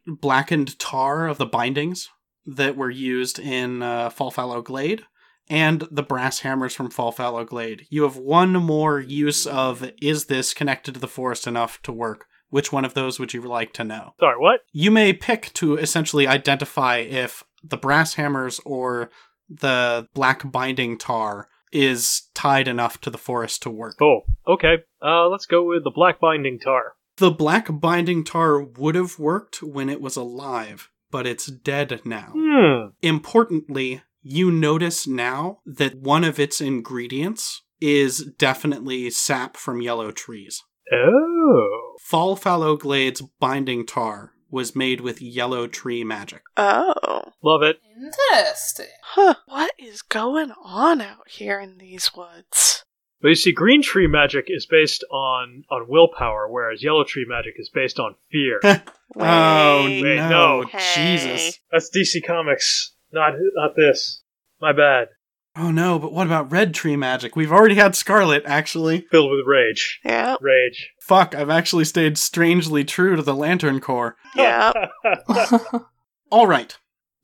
[SPEAKER 1] blackened tar of the bindings that were used in uh, Fallfallow Glade, and the brass hammers from Fallfallow Glade. You have one more use of is this connected to the forest enough to work? Which one of those would you like to know?
[SPEAKER 4] Sorry, what?
[SPEAKER 1] you may pick to essentially identify if the brass hammers or the black binding tar is tied enough to the forest to work.
[SPEAKER 4] Oh, okay. Uh, let's go with the black binding tar.
[SPEAKER 1] The black binding tar would have worked when it was alive, but it's dead now.
[SPEAKER 4] Hmm.
[SPEAKER 1] Importantly, you notice now that one of its ingredients is definitely sap from yellow trees.
[SPEAKER 4] Oh.
[SPEAKER 1] Fall Fallow Glade's binding tar was made with yellow tree magic.
[SPEAKER 2] Oh.
[SPEAKER 4] Love it.
[SPEAKER 3] Interesting.
[SPEAKER 2] Huh. What is going on out here in these woods?
[SPEAKER 4] But you see, green tree magic is based on on willpower, whereas yellow tree magic is based on fear.
[SPEAKER 1] Oh
[SPEAKER 2] Wait.
[SPEAKER 4] wait,
[SPEAKER 1] no,
[SPEAKER 4] no.
[SPEAKER 2] Hey.
[SPEAKER 1] Jesus!
[SPEAKER 4] That's DC Comics, not not this. My bad.
[SPEAKER 1] Oh no, but what about red tree magic? We've already had Scarlet, actually.
[SPEAKER 4] Filled with rage.
[SPEAKER 2] Yep.
[SPEAKER 4] Rage.
[SPEAKER 1] Fuck, I've actually stayed strangely true to the Lantern Corps.
[SPEAKER 2] Yep.
[SPEAKER 1] All right,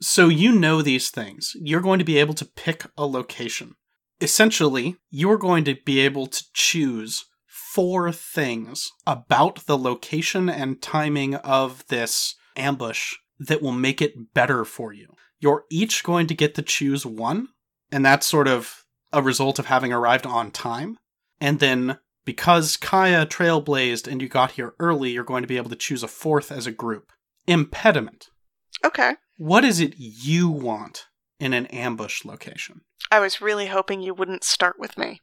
[SPEAKER 1] so you know these things. You're going to be able to pick a location. Essentially, you're going to be able to choose four things about the location and timing of this ambush that will make it better for you. You're each going to get to choose one, and that's sort of a result of having arrived on time. And then because Kaya trailblazed and you got here early, you're going to be able to choose a fourth as a group. Impediment.
[SPEAKER 2] okay.
[SPEAKER 1] What is it you want in an ambush location?
[SPEAKER 2] I was really hoping you wouldn't start with me.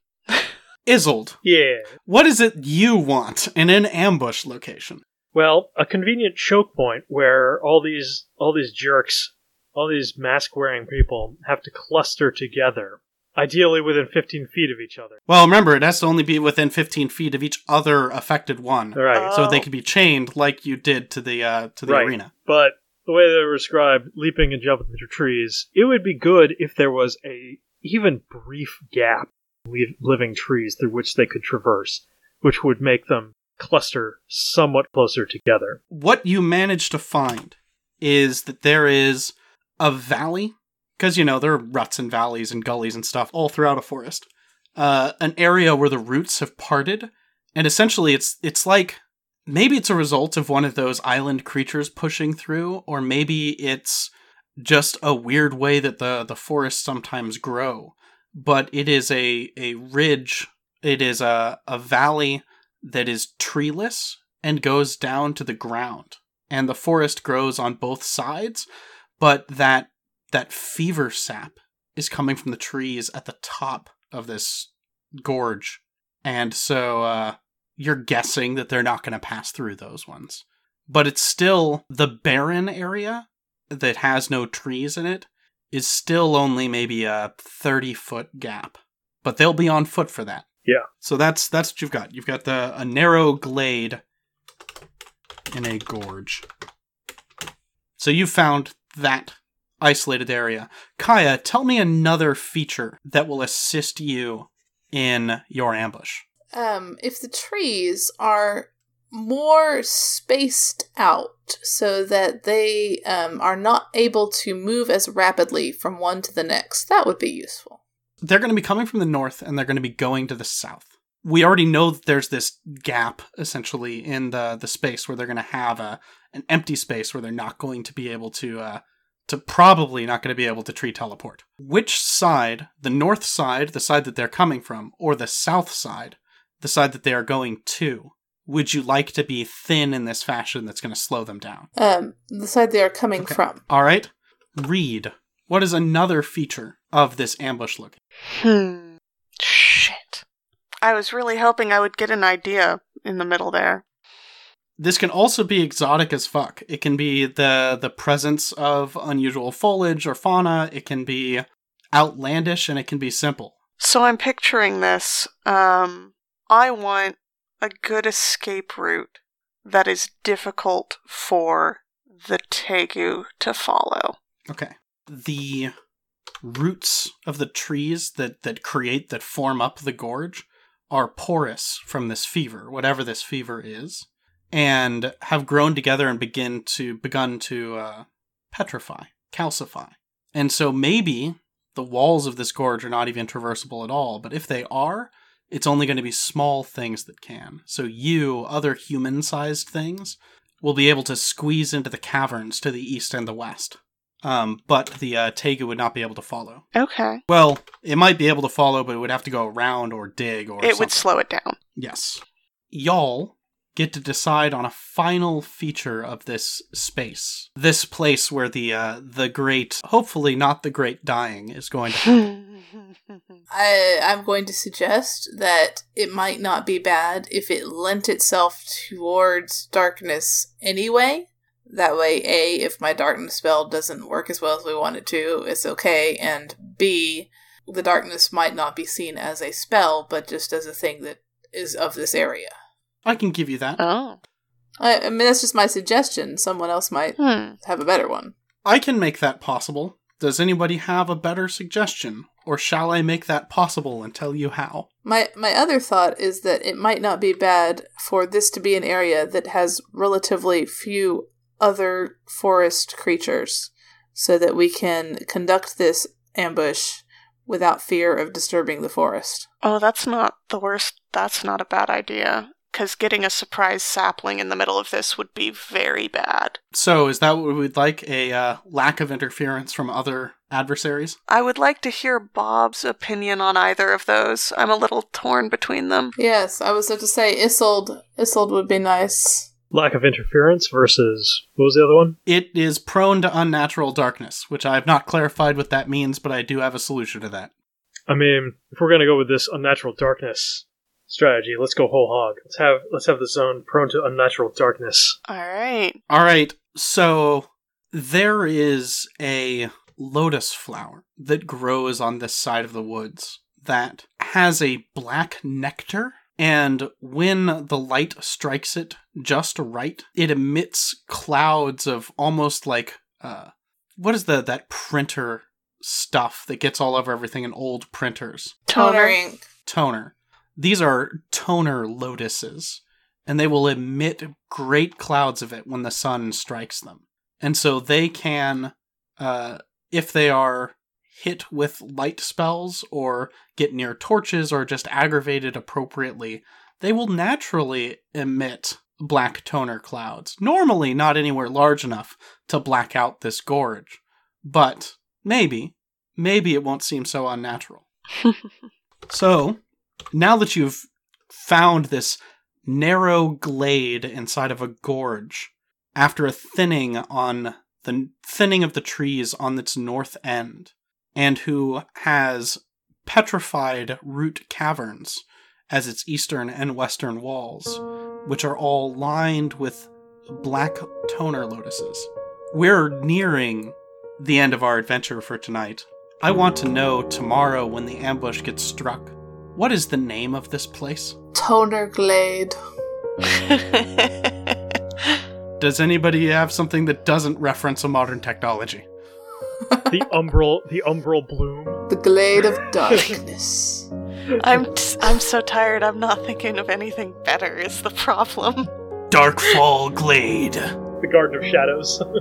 [SPEAKER 1] Isold,
[SPEAKER 4] Yeah.
[SPEAKER 1] what is it you want in an ambush location?
[SPEAKER 4] Well, a convenient choke point where all these all these jerks, all these mask wearing people have to cluster together, ideally within 15 feet of each other.
[SPEAKER 1] Well, remember, it has to only be within 15 feet of each other affected one.
[SPEAKER 4] All right.
[SPEAKER 2] Uh,
[SPEAKER 1] Hmm. So they
[SPEAKER 2] Oh.
[SPEAKER 1] could be chained like you did to the uh, to the
[SPEAKER 4] Right.
[SPEAKER 1] arena.
[SPEAKER 4] but the way they were described, leaping and jumping through trees, it would be good if there was a even brief gap in li- living trees through which they could traverse, which would make them cluster somewhat closer together.
[SPEAKER 1] what you manage to find is that there is a valley because you know there are ruts and valleys and gullies and stuff all throughout a forest uh, an area where the roots have parted and essentially it's it's like maybe it's a result of one of those island creatures pushing through or maybe it's just a weird way that the the forests sometimes grow but it is a a ridge it is a a valley that is treeless and goes down to the ground and the forest grows on both sides but that that fever sap is coming from the trees at the top of this gorge and so uh you're guessing that they're not going to pass through those ones but it's still the barren area that has no trees in it is still only maybe a 30 foot gap but they'll be on foot for that
[SPEAKER 4] Yeah.
[SPEAKER 1] so that's that's what you've got you've got the a narrow glade in a gorge. So you found that isolated area. Kaya, tell me another feature that will assist you in your ambush.
[SPEAKER 3] um, if the trees are more spaced out so that they um, are not able to move as rapidly from one to the next, that would be useful.
[SPEAKER 1] They're going to be coming from the north and they're going to be going to the south. We already know that there's this gap essentially in the the space where they're going to have a an empty space where they're not going to be able to uh, to probably not going to be able to tree teleport. Which side, the north side, the side that they're coming from, or the south side, the side that they are going to, would you like to be thin in this fashion that's going to slow them down?
[SPEAKER 3] Um, the side they are coming
[SPEAKER 1] Okay.
[SPEAKER 3] from.
[SPEAKER 1] All right. Read. What is another feature of this ambush look?
[SPEAKER 2] Hmm. Shit. I was really hoping I would get an idea in the middle there.
[SPEAKER 1] This can also be exotic as fuck. It can be the the presence of unusual foliage or fauna. It can be outlandish and it can be simple.
[SPEAKER 2] So I'm picturing this. Um, I want a good escape route that is difficult for the Tegu to follow.
[SPEAKER 1] Okay. The roots of the trees that that create that form up the gorge are porous from this fever, whatever this fever is, and have grown together and begin to begun to uh, petrify, calcify, and so maybe the walls of this gorge are not even traversable at all. But if they are, it's only going to be small things that can. So you, other human-sized things, will be able to squeeze into the caverns to the east and the west um, but the uh, Tegu would not be able to follow.
[SPEAKER 2] Okay.
[SPEAKER 1] Well, it might be able to follow, but it would have to go around or dig or
[SPEAKER 2] it
[SPEAKER 1] something.
[SPEAKER 2] would slow it down.
[SPEAKER 1] yes, y'all get to decide on a final feature of this space, this place where the uh, the great, hopefully not the great dying, is going to.
[SPEAKER 3] I, I'm going to suggest that it might not be bad if it lent itself towards darkness anyway. That way, A, if my darkness spell doesn't work as well as we want it to, it's okay. And B, the darkness might not be seen as a spell, but just as a thing that is of this area.
[SPEAKER 1] I can give you that.
[SPEAKER 2] oh.
[SPEAKER 3] I, I mean, that's just my suggestion. Someone else might
[SPEAKER 2] Hmm.
[SPEAKER 3] have a better one.
[SPEAKER 1] I can make that possible. Does anybody have a better suggestion, or shall I make that possible and tell you how?
[SPEAKER 3] My my other thought is that it might not be bad for this to be an area that has relatively few other forest creatures so that we can conduct this ambush without fear of disturbing the forest.
[SPEAKER 2] Oh, that's not the worst. That's not a bad idea. Because getting a surprise sapling in the middle of this would be very bad.
[SPEAKER 1] So is that what we'd like? A uh, lack of interference from other adversaries?
[SPEAKER 2] I would like to hear Bob's opinion on either of those. I'm a little torn between them.
[SPEAKER 3] Yes, I was going to say Isold Isold would be nice.
[SPEAKER 4] Lack of interference versus what was the other one?
[SPEAKER 1] It is prone to unnatural darkness, which I have not clarified what that means, but I do have a solution to that.
[SPEAKER 4] I mean, if we're gonna go with this unnatural darkness strategy, let's go whole hog. Let's have let's have the zone prone to unnatural darkness.
[SPEAKER 2] All right.
[SPEAKER 1] All right, so there is a lotus flower that grows on this side of the woods that has a black nectar, and when the light strikes it just right, it emits clouds of almost like uh, what is the that printer stuff that gets all over everything in old printers?
[SPEAKER 3] Toner
[SPEAKER 2] Toner.
[SPEAKER 3] ink.
[SPEAKER 1] toner. These are toner lotuses, and they will emit great clouds of it when the sun strikes them. And so they can, uh, if they are hit with light spells or get near torches or just aggravated appropriately, they will naturally emit black toner clouds. Normally, not anywhere large enough to black out this gorge, but maybe, maybe it won't seem so unnatural. So, now that you've found this narrow glade inside of a gorge, after a thinning on the thinning of the trees on its north end, and who has petrified root caverns as its eastern and western walls, which are all lined with black toner lotuses. We're nearing the end of our adventure for tonight. I want to know tomorrow when the ambush gets struck. What is the name of this place?
[SPEAKER 3] Toner glade.
[SPEAKER 1] Does anybody have something that doesn't reference a modern technology?
[SPEAKER 4] The umbral the umbral bloom.
[SPEAKER 3] The glade of darkness.
[SPEAKER 2] I'm t- I'm so tired. I'm not thinking of anything better. Is the problem?
[SPEAKER 1] Darkfall Glade.
[SPEAKER 4] The Garden of Shadows.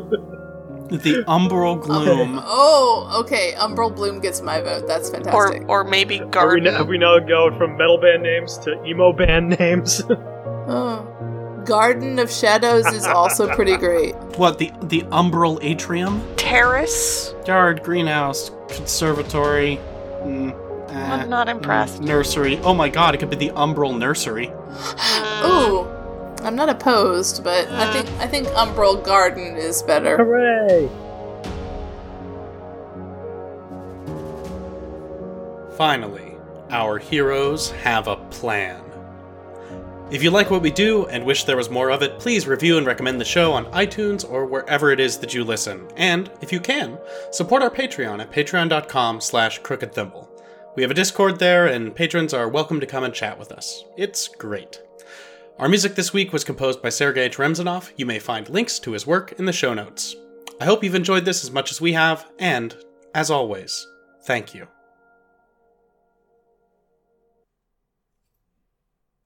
[SPEAKER 1] The umbral gloom.
[SPEAKER 3] oh, okay. Umbral Bloom gets my vote. That's fantastic.
[SPEAKER 2] Or or maybe
[SPEAKER 4] Are we,
[SPEAKER 2] garden?
[SPEAKER 4] now, have we now gone from metal band names to emo band names?
[SPEAKER 3] oh. Garden of Shadows is also pretty great.
[SPEAKER 5] What the the umbral atrium,
[SPEAKER 2] Terrace?
[SPEAKER 5] yard, greenhouse, conservatory, mm,
[SPEAKER 3] Uh,
[SPEAKER 5] eh,
[SPEAKER 2] I'm not impressed.
[SPEAKER 3] mm,
[SPEAKER 5] nursery. Oh my god, it could be the umbral nursery.
[SPEAKER 2] Mm. Uh-huh.
[SPEAKER 3] Ooh, I'm not opposed, but I think I think Umbral Garden is better.
[SPEAKER 4] Hooray!
[SPEAKER 1] Finally, our heroes have a plan. If you like what we do and wish there was more of it, please review and recommend the show on iTunes or wherever it is that you listen. And if you can, support our Patreon at patreon.com slash crooked thimble. We have a Discord there, and patrons are welcome to come and chat with us. It's great. Our music this week was composed by Sergei Tremzinov. You may find links to his work in the show notes. I hope you've enjoyed this as much as we have, and, as always, thank you.